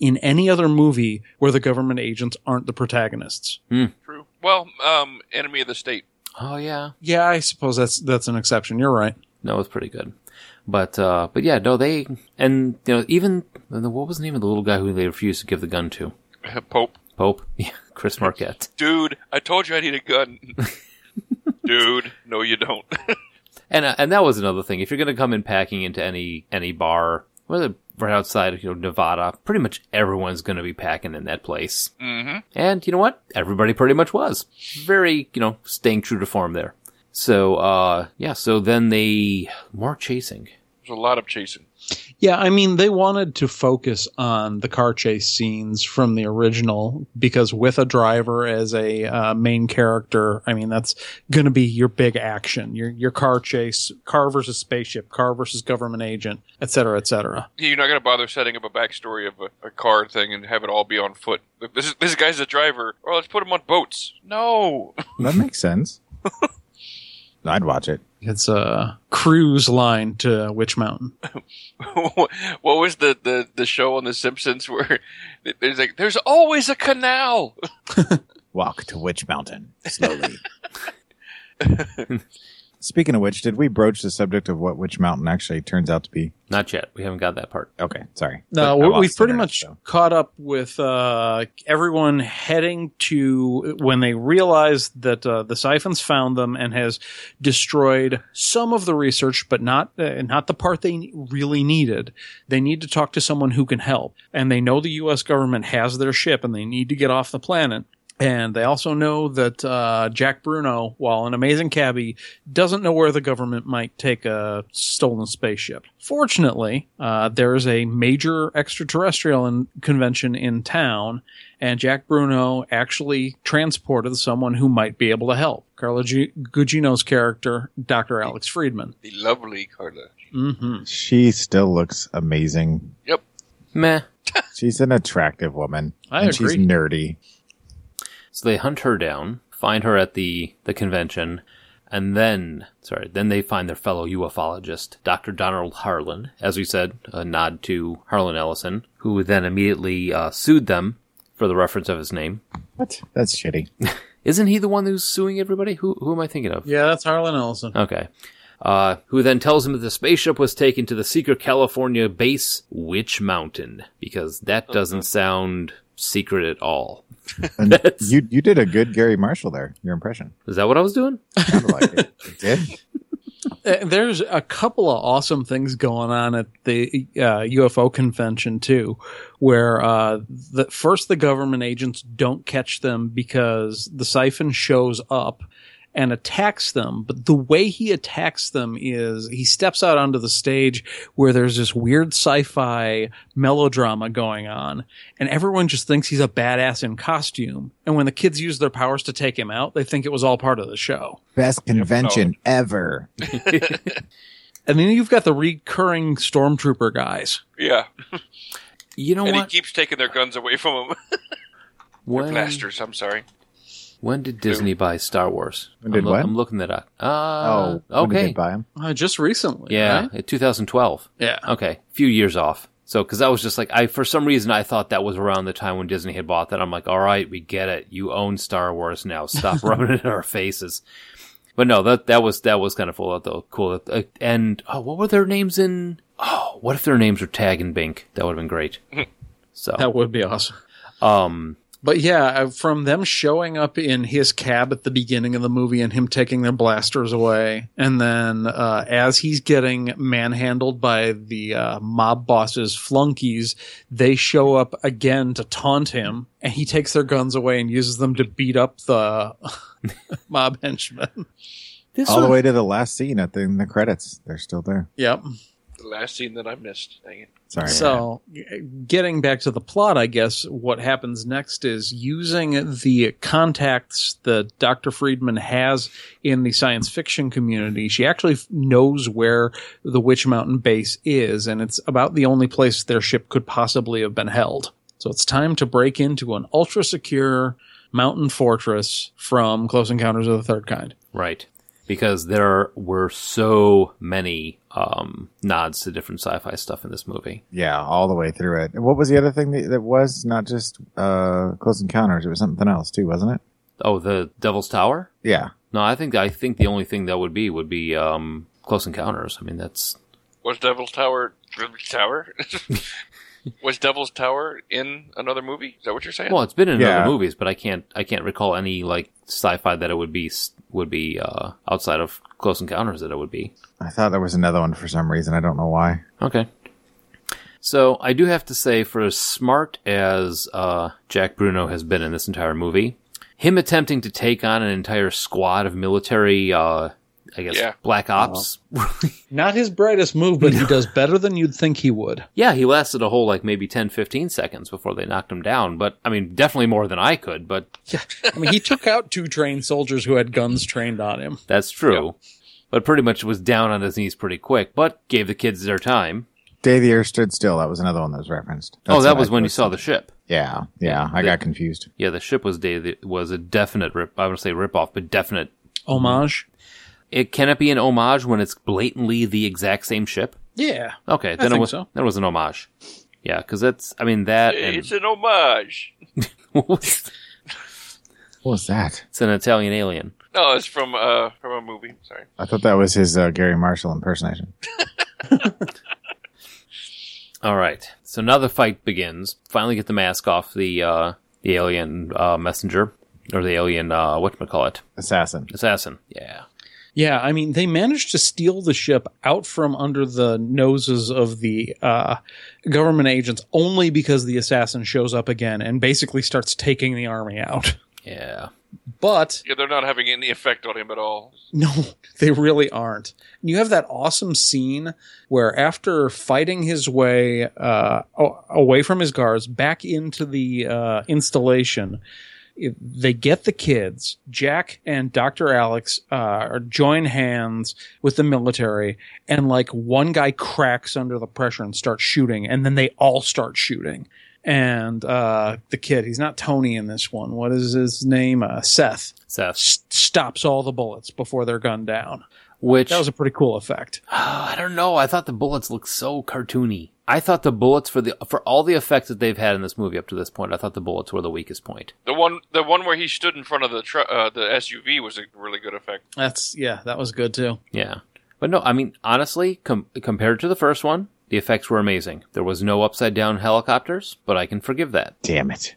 S6: in any other movie where the government agents aren't the protagonists.
S1: True. Well, um, enemy of the state.
S4: oh yeah.
S6: Yeah, I suppose that's that's an exception. You're right.
S4: No, it was pretty good. But, uh, but yeah, no, they, and, you know, even, what was the name of the little guy who they refused to give the gun to?
S1: Pope,
S4: Pope? Yeah. Chris Marquette.
S1: dude, I told you I need a gun. dude, no, you don't.
S4: And uh, and that was another thing. If you're going to come in packing into any any bar, whether right outside you know Nevada, pretty much everyone's going to be packing in that place. Mm-hmm. And you know what? Everybody pretty much was very you know staying true to form there. So uh yeah, so then they more chasing.
S1: There's a lot of chasing.
S6: Yeah, I mean, they wanted to focus on the car chase scenes from the original because with a driver as a uh, main character, I mean, that's going to be your big action. Your your car chase, car versus spaceship, car versus government agent, et cetera, et cetera.
S1: You're not going to bother setting up a backstory of a, a car thing and have it all be on foot. Look, This is, this guy's a driver. Well, let's put him on boats. No,
S3: That makes sense. I'd watch it.
S6: It's a cruise line to Witch Mountain.
S1: what was the, the, the show on The Simpsons where there's like there's always a canal?
S3: Walk to Witch Mountain slowly. Speaking of which, did we broach the subject of what Witch Mountain actually turns out to be?
S4: Not yet. We haven't got that part.
S3: Okay, sorry.
S6: No,
S3: But I
S6: we-
S3: lost
S6: we've pretty
S3: internet,
S6: much
S3: so.
S6: caught up with uh, everyone heading to when they realize that uh, the siphons found them and has destroyed some of the research, but not uh, not the part they really needed. They need to talk to someone who can help, and they know the U.S. government has their ship, and they need to get off the planet. And they also know that uh, Jack Bruno, while an amazing cabbie, doesn't know where the government might take a stolen spaceship. Fortunately, uh, there is a major extraterrestrial in- convention in town, and Jack Bruno actually transported someone who might be able to help. Carla G- Gugino's character, Dr. Alex Friedman. Mm-hmm.
S1: The lovely Carla.
S3: She still looks amazing.
S1: Yep.
S4: Meh.
S3: She's an attractive woman.
S6: I
S3: and she's
S6: agree.
S3: nerdy.
S4: So they hunt her down, find her at the the convention, and then sorry, then they find their fellow ufologist, Dr. Donald Harlan. As we said, a nod to Harlan Ellison, who then immediately uh, sued them for the reference of his name.
S3: What? That's shitty.
S4: Isn't he the one who's suing everybody? Who who am I thinking of?
S6: Yeah, that's Harlan Ellison.
S4: Okay. Uh, who then tells him that the spaceship was taken to the secret California base, Witch Mountain, because that doesn't sound secret at all.
S3: And you you did a good Gary Marshall there. Your impression.
S4: Is that what I was doing?
S3: Sounded like it. It did.
S6: Uh, There's a couple of awesome things going on at the uh, UFO convention too, where uh, the, first the government agents don't catch them because the siphon shows up and attacks them. But the way he attacks them is he steps out onto the stage where there's this weird sci-fi melodrama going on, and everyone just thinks he's a badass in costume. And when the kids use their powers to take him out, they think it was all part of the show.
S3: Best convention ever.
S6: And then you've got the recurring stormtrooper guys.
S1: Yeah,
S4: You know
S1: and he
S4: what?
S1: keeps taking their guns away from them.
S4: When,
S1: Blasters. I'm sorry.
S4: when did Disney buy Star Wars?
S3: When did
S4: I'm,
S3: what?
S4: I'm looking that up. Uh,
S3: Oh, when did
S4: okay.
S3: they buy him?
S6: Uh, just recently.
S4: yeah,
S6: right?
S4: uh, 2012.
S6: Yeah.
S4: Okay, few years off. So, because I was just like, I for some reason I thought that was around the time when Disney had bought that. I'm like, all right, we get it. You own Star Wars now. Stop rubbing it in our faces. But no, that that was that was kind of cool though. Cool. Uh, and oh, what were their names in? Oh, what if their names were Tag and Bink? That would have been great. So,
S6: That would be awesome.
S4: um,
S6: But yeah, uh, from them showing up in his cab at the beginning of the movie and him taking their blasters away, and then uh, as he's getting manhandled by the uh, mob boss's flunkies, they show up again to taunt him, and he takes their guns away and uses them to beat up the mob henchmen.
S4: this
S3: All the
S4: one-
S3: way to the last scene at the, in the credits. They're still there.
S6: Yep.
S1: The last scene that I missed. Dang it.
S3: Sorry.
S6: So, g- getting back to the plot, I guess what happens next is using the contacts that Dr. Friedman has in the science fiction community, she actually f- knows where the Witch Mountain base is, and it's about the only place their ship could possibly have been held. So, it's time to break into an ultra secure mountain fortress from Close Encounters of the Third Kind.
S4: Right. Because there were so many um, nods to different sci fi stuff in this movie.
S3: Yeah, all the way through it. And what was the other thing that, that was not just uh, Close Encounters? It was something else too, wasn't it?
S4: Oh, the Devil's Tower?
S3: Yeah.
S4: No, I think I think the only thing that would be would be um, Close Encounters. I mean, that's
S1: Was Devil's Tower Devil's Tower? Was Devil's Tower in another movie? Is that what you're saying?
S4: well, it's been in
S3: Yeah.
S4: other movies, but I can't I can't recall any like sci-fi that it would be s- would be uh, outside of Close Encounters that it would be.
S3: I thought there was another one for some reason. I don't know why.
S4: Okay. So I do have to say, for as smart as uh, Jack Bruno has been in this entire movie, him attempting to take on an entire squad of military, uh, I guess,
S1: Yeah.
S4: black ops.
S6: Not his brightest move, but he does better than you'd think he would.
S4: yeah, he lasted a whole like maybe 10, 15 seconds before they knocked him down. But I mean, definitely more than I could. But
S6: I mean, he took out two trained soldiers who had guns trained on him.
S4: that's true. But pretty much was down on his knees pretty quick. But gave the kids their time.
S3: Day the Earth Stood Still. That was another one that was referenced.
S4: oh,
S3: That's
S4: that
S3: what
S4: was
S3: I-
S4: when you saw the ship.
S3: Yeah, yeah. I got confused.
S4: Yeah, the ship was day that was a definite rip. I would say rip off, but definite
S6: homage.
S4: It can it be an homage when it's blatantly the exact same ship?
S6: Yeah.
S4: Okay, then it
S6: think
S4: was
S6: so.
S4: then it was an homage. Yeah, because that's I mean that and-
S1: It's an homage.
S4: it's
S3: What was that?
S4: an Italian alien.
S1: No, it's from uh from a movie. Sorry.
S3: I thought that was his uh, Gary Marshall impersonation.
S4: All right, so now the fight begins. Finally, get the mask off the uh, the alien uh, messenger or the alien uh, what call it
S3: Assassin.
S4: assassin. Yeah,
S6: Yeah, I mean, they managed to steal the ship out from under the noses of the uh, government agents only because the assassin shows up again and basically starts taking the army out.
S4: yeah.
S6: But
S1: Yeah, they're not having any effect on him at all.
S6: no, they really aren't. And you have that awesome scene where, after fighting his way uh, a- away from his guards back into the uh, installation, it- they get the kids. Jack and Dr. Alex uh, are- join hands with the military, and like one guy cracks under the pressure and starts shooting, and then they all start shooting. And uh, the kid, he's not Tony in this one. What is his name? Uh, Seth
S4: Seth,
S6: s- stops all the bullets before they're gunned down.
S4: which
S6: That was a pretty cool effect.
S4: Oh, I don't know. I thought the bullets looked so cartoony. I thought the bullets for the for all the effects that they've had in this movie up to this point, I thought the bullets were the weakest point.
S1: The one the one where he stood in front of the tr- uh, the SUV was a really good effect.
S6: That's yeah, that was good too.
S4: Yeah. But no, I mean, honestly, com- compared to the first one, the The effects were amazing. There was no upside down helicopters, but I can forgive that.
S3: Damn it.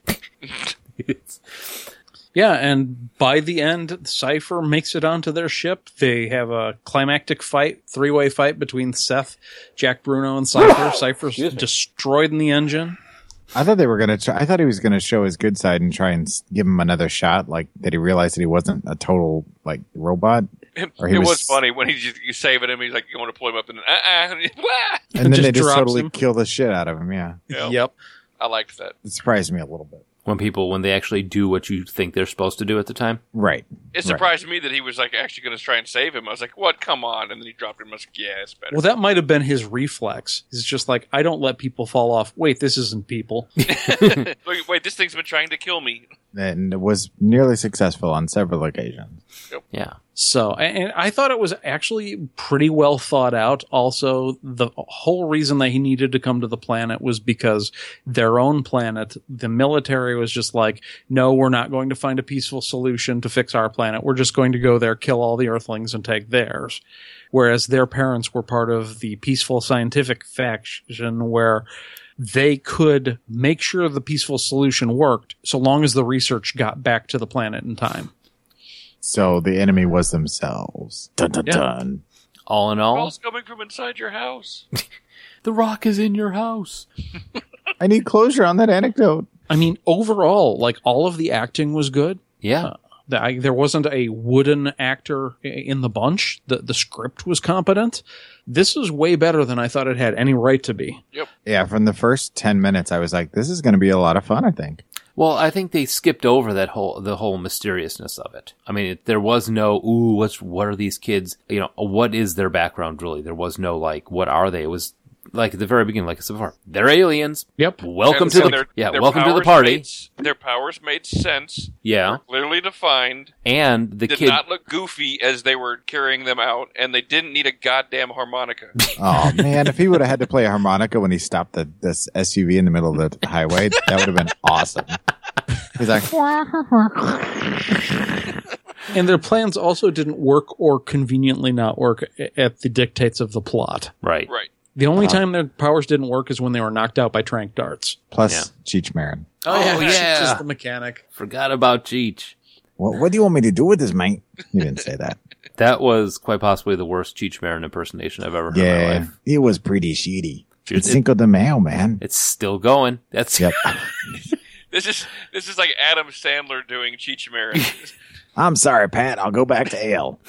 S4: It's-
S6: Yeah, and by the end, Cypher makes it onto their ship. They have a climactic fight, three way fight between Seth, Jack Bruno, and Cypher. Cypher's destroyed in the engine.
S3: I thought they were gonna. Try, I thought he was gonna show his good side and try and s- give him another shot. Like that, he realized that he wasn't a total like robot.
S1: It,
S3: Or he
S1: was,
S3: was-
S1: funny when he's just, you saving him. He's like, "You want to pull him up?" And uh, uh,
S3: And then
S6: Just
S3: they just
S6: drops
S3: totally
S6: him.
S3: kill the shit out of him. Yeah,
S6: Yep.
S1: I liked that.
S3: it surprised me a little bit.
S4: when people, when they actually do what you think they're supposed to do at the time.
S3: Right.
S1: It
S3: Right.
S1: surprised me that he was like actually going to try and save him. I was like, "What? Come on!" And then he dropped him. I was like, "Yeah, it's better."
S6: Well, that might have been his reflex. He's just like, I don't let people fall off. Wait, this isn't people.
S1: wait, wait, this thing's been trying to kill me.
S3: and it was nearly successful on several occasions.
S4: Yeah.
S6: So, a- and I thought it was actually pretty well thought out. Also, the whole reason that he needed to come to the planet was because their own planet, the military was just like, no, we're not going to find a peaceful solution to fix our planet. We're just going to go there, kill all the Earthlings, and take theirs. Whereas their parents were part of the peaceful scientific faction where they could make sure the peaceful solution worked so long as the research got back to the planet in time.
S3: So the enemy was themselves. Dun dun
S6: Yeah.
S3: dun.
S4: All in all,
S1: Calls coming from inside your house.
S4: the rock is in your house.
S3: I need closure on that anecdote.
S6: I mean, overall, like all of the acting was good.
S4: Yeah.
S6: The- I, there wasn't a wooden actor i- in the bunch. The the script was competent. This is way better than I thought it had any right to be.
S3: Yeah, from the first ten minutes, I was like, "This is going to be a lot of fun." I think.
S4: Well, I think they skipped over that whole the whole mysteriousness of it. I mean, it, there was no ooh, what's what are these kids? You know, what is their background really? There was no like, what are they? It was like at the very beginning, like I said before, they're aliens.
S6: Yep.
S4: Welcome
S1: And-
S4: to
S1: and
S4: the
S1: their-
S4: yeah,
S1: their
S4: welcome to the
S1: powers
S4: party.
S1: made s- their powers made sense.
S4: Yeah,
S1: Clearly defined.
S4: and the
S1: Did
S4: kid
S1: not look goofy as they were carrying them out, and they didn't need a goddamn harmonica.
S3: Oh man, if he would have had to play a harmonica when he stopped the this SUV in the middle of the highway, that would have been awesome. He's like,
S6: And their plans also didn't work, or conveniently not work a- at the dictates of the plot.
S4: right.
S1: right.
S6: The only
S4: Uh-huh.
S6: time their powers didn't work is when they were knocked out by trank darts.
S3: plus Cheech Marin.
S4: Oh, yeah,
S6: just the mechanic.
S4: forgot about Cheech.
S3: What, what do you want me to do with this, mate? He didn't say that.
S4: That was quite possibly the worst Cheech Marin impersonation I've ever heard in my
S3: yeah,
S4: life.
S3: it was pretty shitty.
S4: Dude,
S3: It's
S4: it-
S3: Cinco de Mayo, man.
S4: It's still going. That's
S3: Yep.
S1: This is this is like Adam Sandler doing Cheech Marin.
S3: I'm sorry, Pat. I'll go back to ale.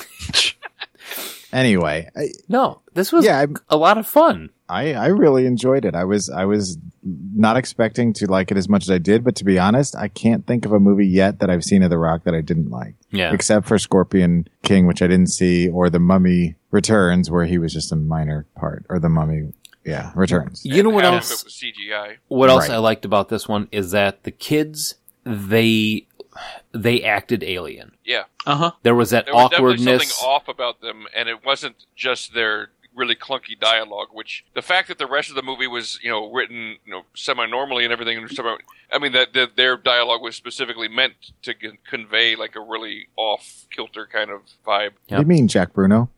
S3: anyway, I,
S4: no. This was
S3: Yeah, I'm-
S4: a lot of fun.
S3: I I really enjoyed it. I was I was not expecting to like it as much as I did, but to be honest, I can't think of a movie yet that I've seen of The Rock that I didn't like,
S4: Yeah.
S3: except for Scorpion King, which I didn't see, or The Mummy Returns, where he was just a minor part, or The Mummy, yeah, Returns.
S4: You know what
S1: Half of
S4: else?
S1: It was CGI.
S4: What else
S3: Right.
S4: I liked about this one is that the kids they they acted alien.
S1: Yeah.
S6: Uh huh.
S4: There was that
S1: There was definitely
S4: awkwardness.
S1: something off about them, and it wasn't just their really clunky dialogue. Which the fact that the rest of the movie was, you know, written, you know, semi-normally and everything, and semi- I mean, that, that their dialogue was specifically meant to con- convey like a really off kilter kind of vibe.
S4: Yep.
S3: You mean Jack Bruno?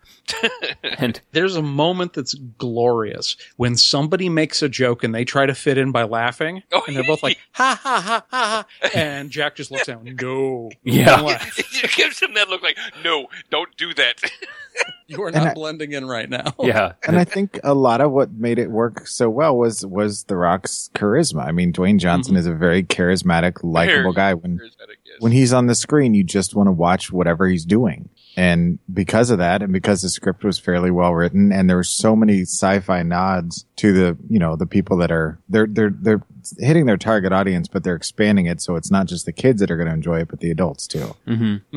S4: and
S6: there's a moment that's glorious when somebody makes a joke and they try to fit in by laughing,
S1: Oh,
S6: and they're both like ha ha ha ha, ha and Jack just looks down. No,
S4: Yeah.
S1: it gives him that look like, no, don't do that.
S6: you are
S3: And I-
S6: not blending in right now.
S4: yeah,
S3: And I think a lot of what made it work so well was was The Rock's charisma. I mean, Dwayne Johnson is a very charismatic, likable guy. When
S1: Here's that, I guess.
S3: when he's on the screen, you just want to watch whatever he's doing. And because of that, and because the script was fairly well written, and there were so many sci-fi nods to the, you know, the people that are they're they're they're hitting their target audience, but they're expanding it so it's not just the kids that are going to enjoy it, but the adults too.
S4: Mm-hmm.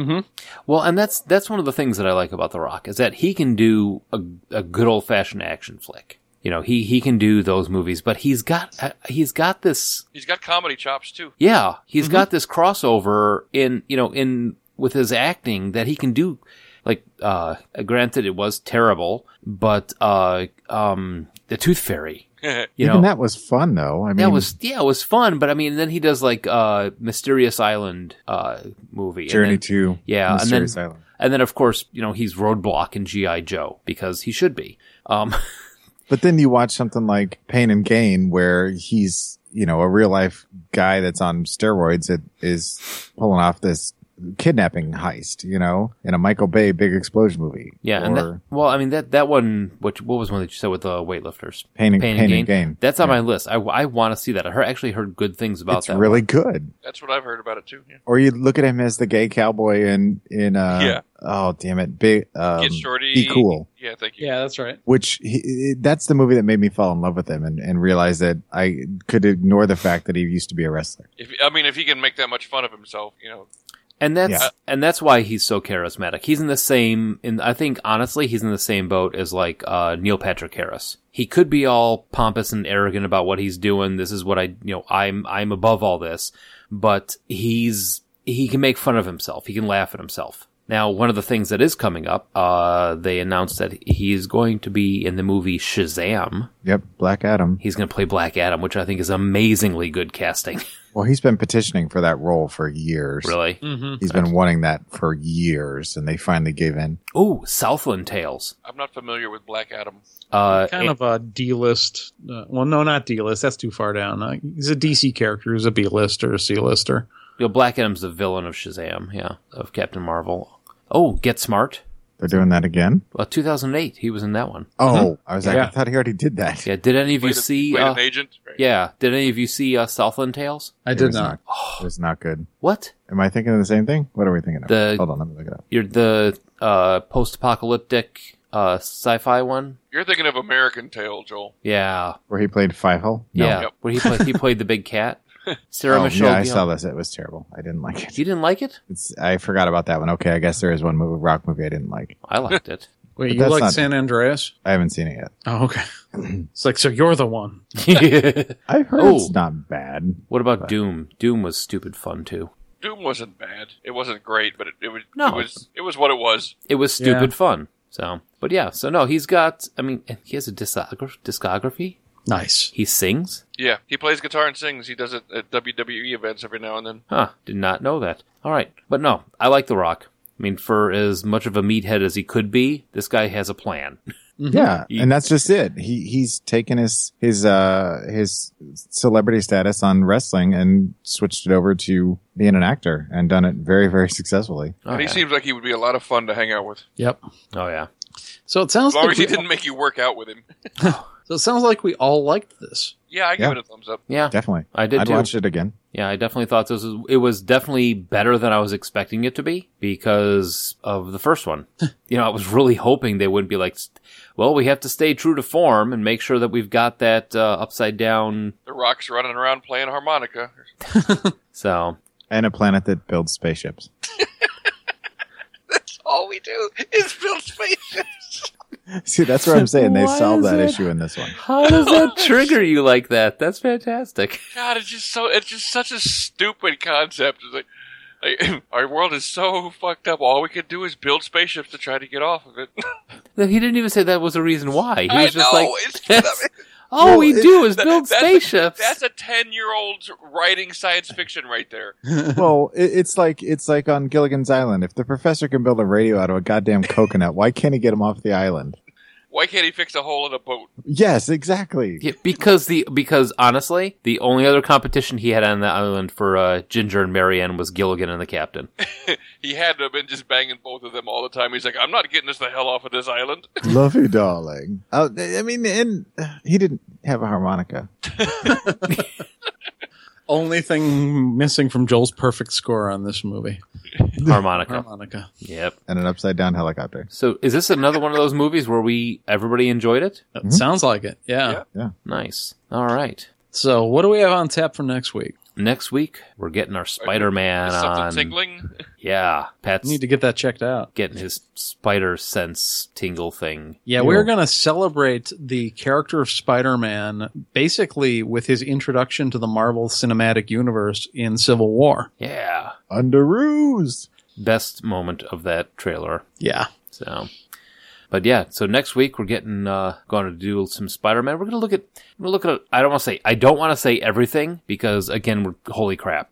S4: well, and that's that's one of the things that I like about The Rock is that he can do a, a good old fashioned action flick. You know, he he can do those movies, but he's got uh, he's got this
S1: He's got comedy chops too.
S4: Yeah, he's
S3: Mm-hmm.
S4: got this crossover in you know in with his acting that he can do. Like, uh, granted, it was terrible, but uh, um, the Tooth Fairy, you
S3: Even
S4: know,
S3: that was fun though. I mean,
S4: that was yeah, it was fun. But I mean, then he does like uh, Mysterious Island uh movie, and
S3: Journey
S4: then-
S3: to
S4: yeah, and then
S3: Mysterious Island.
S4: and then of course you know he's Roadblock and GI Joe because he should be. Um,
S3: But then you watch something like Pain and Gain, where he's you know a real life guy that's on steroids that is pulling off this kidnapping heist, you know, in a Michael Bay big explosion movie.
S4: Yeah,
S3: or
S4: and that, well, I mean that that one. Which what was one that you said with the weightlifters?
S3: Pain and- Pain and Gain.
S4: That's on
S3: Yeah.
S4: my list. I, I want to see that. I heard, actually heard good things about
S3: it's
S4: that.
S3: really good.
S1: That's what I've heard about it too. Yeah.
S3: Or you look at him as the gay cowboy in in uh
S1: Yeah.
S3: oh damn it, big um,
S1: Get shorty.
S3: be cool.
S1: Yeah, thank you.
S6: Yeah, that's right.
S3: which he, that's the movie that made me fall in love with him and, and realize that I could ignore the fact that he used to be a wrestler.
S1: If, I mean, if he can make that much fun of himself, you know,
S4: and that's
S3: Yeah.
S4: and that's why he's so charismatic. He's in the same. In I think honestly, he's in the same boat as like uh, Neil Patrick Harris. He could be all pompous and arrogant about what he's doing. This is what I you know I'm I'm above all this, but he's he can make fun of himself. He can laugh at himself. Now, one of the things that is coming up, uh, they announced that he is going to be in the movie Shazam.
S3: Yep, Black Adam.
S4: He's going to play Black Adam, which I think is amazingly good casting.
S3: Well, he's been petitioning for that role for years.
S4: really?
S3: He's been wanting that for years, and they finally gave in.
S4: Ooh, Southland Tales.
S1: I'm not familiar with Black Adam.
S4: Uh,
S6: Kind of a D list. Uh, well, no, not D list. That's too far down. Uh, he's a DC character who's a B list or a C lister.
S4: you know, Black Adam's the villain of Shazam, yeah, of Captain Marvel. Oh, Get Smart. Uh,
S3: They're doing that again.
S4: Well, 2008, he was in that one.
S3: Oh, I was like, I
S6: Yeah.
S3: thought he already did that.
S4: Yeah, did any of you
S1: Played a-
S4: see?
S1: played
S4: Uh,
S1: an agent? Right.
S4: yeah, did any of you see uh, Southland Tales?
S6: I
S3: It
S6: did
S3: was
S6: not.
S3: It was not good.
S4: What?
S3: Am I thinking of the same thing? What are we thinking of?
S4: The-
S3: Hold on, let me look it up.
S4: You're the uh, post-apocalyptic uh, sci-fi one.
S1: You're thinking of American Tale, Joel.
S4: Yeah,
S3: Where he played Five Hole?
S4: yeah.
S1: Yep.
S4: Where he played, he played the big cat. Sarah
S3: Oh,
S4: Michelle.
S3: yeah, I
S4: Gellar.
S3: saw this. It was terrible. I didn't like it.
S4: You didn't like it?
S3: It's, I forgot about that one. Okay, I guess there is one movie, rock movie I didn't like.
S4: I liked it.
S6: Wait,
S3: But
S6: you
S3: that's
S6: like
S3: not-
S6: San Andreas?
S3: I haven't seen it yet.
S6: Oh, okay. it's like so you're the one.
S3: I've heard
S4: Oh.
S3: it's not bad.
S4: What about Doom? Doom was stupid fun too.
S1: Doom wasn't bad. It wasn't great, but it, it was
S4: No.
S1: it was it was what it was.
S4: It was stupid
S6: Yeah.
S4: fun. So, but yeah, so no, he's got. I mean, he has a discograph- discography.
S6: Nice.
S4: He sings.
S1: Yeah, he plays guitar and sings. He does it at WWE events every now and then.
S4: Huh? Did not know that. All right, but no, I like The Rock. I mean, for as much of a meathead as he could be, this guy has a plan.
S3: Yeah,
S4: He-
S3: and that's just it. He he's taken his his uh his celebrity status on wrestling and switched it over to being an actor and done it very very successfully.
S4: Oh,
S1: and he
S4: yeah.
S1: seems like he would be a lot of fun to hang out with,
S6: Yep.
S4: Oh yeah.
S6: So it sounds
S1: as long
S6: like
S1: as he
S6: we,
S1: didn't make you work out with him.
S6: so it sounds like we all liked this.
S1: Yeah, I give
S3: Yeah.
S1: it a thumbs up.
S4: Yeah,
S3: Definitely,
S4: I did
S3: I'd
S4: too.
S3: watch it again.
S4: yeah, I definitely thought this was. It was definitely better than I was expecting it to be because of the first one. you know, I was really hoping they wouldn't be like, well, we have to stay true to form and make sure that we've got that uh, upside down.
S1: The Rock's running around playing harmonica.
S4: So
S3: And a planet that builds spaceships.
S1: All we do is build spaceships.
S3: See, that's what I'm saying. They
S4: Why
S3: solved
S4: is
S3: that
S4: it-
S3: issue in this one.
S4: How does that trigger you like that? That's fantastic.
S1: God, it's just so it's just such a stupid concept. It's like, like, our world is so fucked up. All we can do is build spaceships to try to get off of it.
S4: That He didn't even say that was a reason why. He was
S1: I
S4: just
S1: know,
S4: like,
S1: it's-
S4: "That's- all we do is build
S1: That's-
S4: spaceships.
S1: That's a ten-year-old writing science fiction right there.
S3: well, it, it's like it's like on Gilligan's Island. If the professor can build a radio out of a goddamn coconut, why can't he get him off the island?
S1: Why can't he fix a hole in a boat?
S3: Yes, exactly.
S4: Yeah, because the because honestly, the only other competition he had on the island for uh, Ginger and Marianne was Gilligan and the Captain.
S1: He had to have been just banging both of them all the time. He's like, I'm not getting us the hell off of this island.
S3: Love you, darling. Uh, I mean, and uh, he didn't have a harmonica.
S6: Only thing missing from Joel's perfect score on this movie.
S4: Harmonica.
S6: Harmonica.
S4: Yep.
S3: and an upside down helicopter.
S4: So is this another one of those movies where we everybody enjoyed it?
S3: Mm-hmm.
S6: That Sounds like it. Yeah.
S1: Yeah.
S4: Nice. All right.
S6: So what do we have on tap for next week?
S4: Next week we're getting our Spider Man
S1: Is something
S4: on.
S1: tingling?
S4: Yeah, Pat's
S6: We need to get that checked out.
S4: getting his spider sense tingle thing.
S6: Yeah, we're going to celebrate the character of Spider Man basically with his introduction to the Marvel Cinematic Universe in Civil War.
S4: Yeah.
S3: Under ruse.
S4: best moment of that trailer.
S6: Yeah.
S4: So, but yeah, so next week we're getting uh, going to do some Spider Man. We're going to look at we're looking at. I don't want to say I don't want to say everything because again, we're holy crap.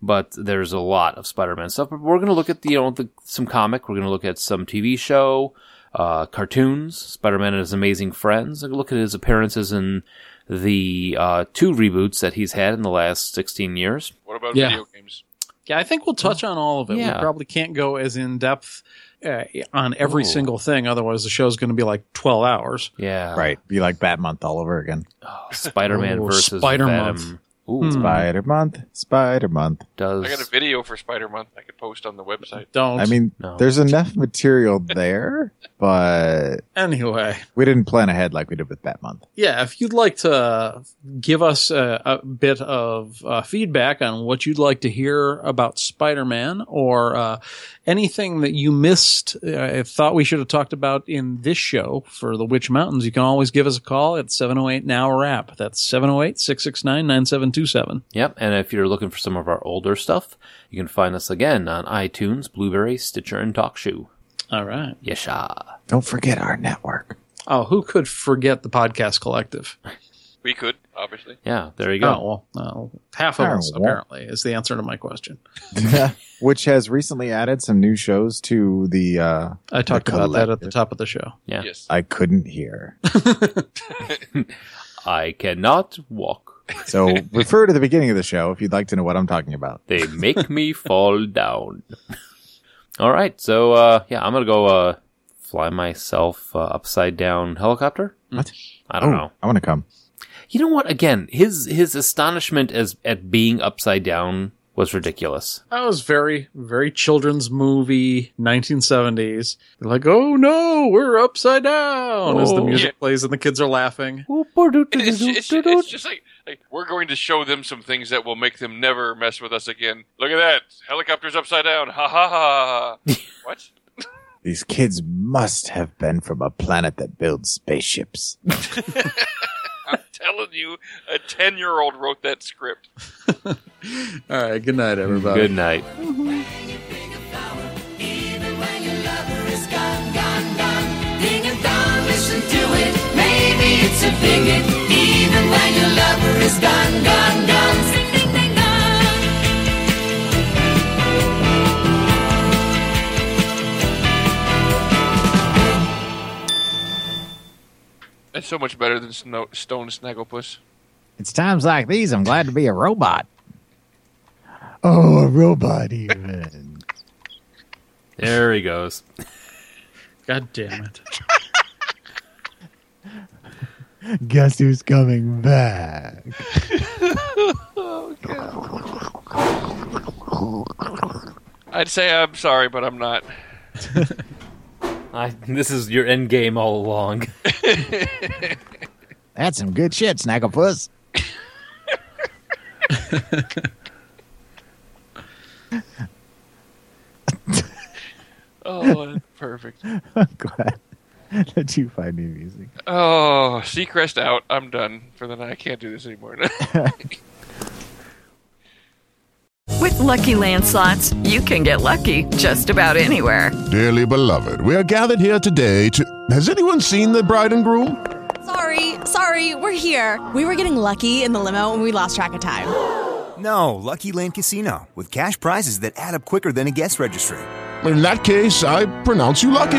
S4: But there's a lot of Spider Man stuff. But we're going to look at the, you know the, some comic. We're going to look at some TV show. uh, cartoons, Spider Man and His Amazing Friends. Like, look at his appearances in the uh, two reboots that he's had in the last 16 years.
S1: What about
S6: Yeah.
S1: video games?
S6: Yeah, I think we'll touch on all of it.
S4: Yeah.
S6: We probably can't go as in depth uh, on every
S4: Ooh.
S6: single thing, otherwise the show's going to be like twelve hours.
S4: Yeah.
S3: Right. Oh, Be like Bat Month all over again.
S4: Spider Man
S6: Ooh,
S4: versus
S6: Spider-Man.
S4: Venom. Ooh,
S6: Hmm.
S3: Spider Month, Spider Month.
S4: does.
S1: I got a video for Spider Month I could post on the website.
S6: Don't.
S3: I mean,
S4: No.
S3: there's enough material there, but
S6: anyway,
S3: we didn't plan ahead like we did with Bat Month.
S6: yeah. If you'd like to give us a, a bit of uh, feedback on what you'd like to hear about Spider-Man or uh, anything that you missed, uh, thought we should have talked about in this show for the Witch Mountains, you can always give us a call at 708-NOW-RAP. That's 708-669-9727.
S4: Yep, and if you're looking for some of our older stuff, you can find us again on iTunes, Blueberry, Stitcher, and TalkShoe.
S6: All right.
S4: Yesha.
S3: Don't forget our network.
S6: Oh, who could forget the podcast collective?
S1: We could, obviously.
S4: Yeah, there you go.
S6: Oh, well, uh, half of
S3: Oh,
S6: us
S3: well.
S6: apparently is the answer to my question.
S3: Which has recently added some new shows to the uh,
S6: I talked
S3: The
S6: about that at the
S3: collective.
S6: top of the show.
S4: Yeah.
S1: Yes.
S3: I couldn't hear.
S4: I cannot walk.
S3: So refer to the beginning of the show if you'd like to know what I'm talking about.
S4: They make me fall down. All right, so uh, yeah, I'm gonna go uh, fly myself uh, upside down helicopter.
S3: What?
S6: Mm.
S4: I don't
S3: Oh,
S4: know.
S3: I want to come.
S4: You know what? Again, his his astonishment as at being upside down was ridiculous.
S6: That was very, very children's movie, 1970s. They're like, oh no, we're upside down as the
S4: Oh.
S1: Yeah.
S6: music plays and the kids are laughing.
S1: It's, it's, it's just like, like we're going to show them some things that will make them never mess with us again. Look at that helicopter's upside down. Ha ha ha. ha. what?
S3: These kids must have been from a planet that builds spaceships.
S1: Telling you, a ten-year-old wrote that script.
S6: All right, good night, everybody.
S4: Good night.
S5: Even when your lover is gone, gone, gone. Ding and dong, listen to it. Maybe it's a bigot. Even when your lover is gone, gone, gone. Sing, ding, ding, dong.
S1: That's so much better than Snow, Stone Snagglepuss.
S3: It's times like these I'm glad to be a robot. Oh, a robot even.
S4: There he goes.
S6: God damn it.
S3: Guess who's coming back?
S1: I'd say I'm sorry, but I'm not.
S4: I, this is your end game all along.
S3: That's some good shit, Snagglepuss.
S1: Oh, that's perfect.
S3: I'm glad that you find new music.
S1: Oh, Seacrest out. I'm done for the night. I can't do this anymore.
S8: With Lucky Land slots, you can get lucky just about anywhere.
S7: Dearly beloved, we are gathered here today to. Has anyone seen the bride and groom?
S9: Sorry, sorry, we're here. We were getting lucky in the limo and we lost track of time.
S10: No, Lucky Land Casino with cash prizes that add up quicker than a guest registry.
S7: In that case, I pronounce you lucky.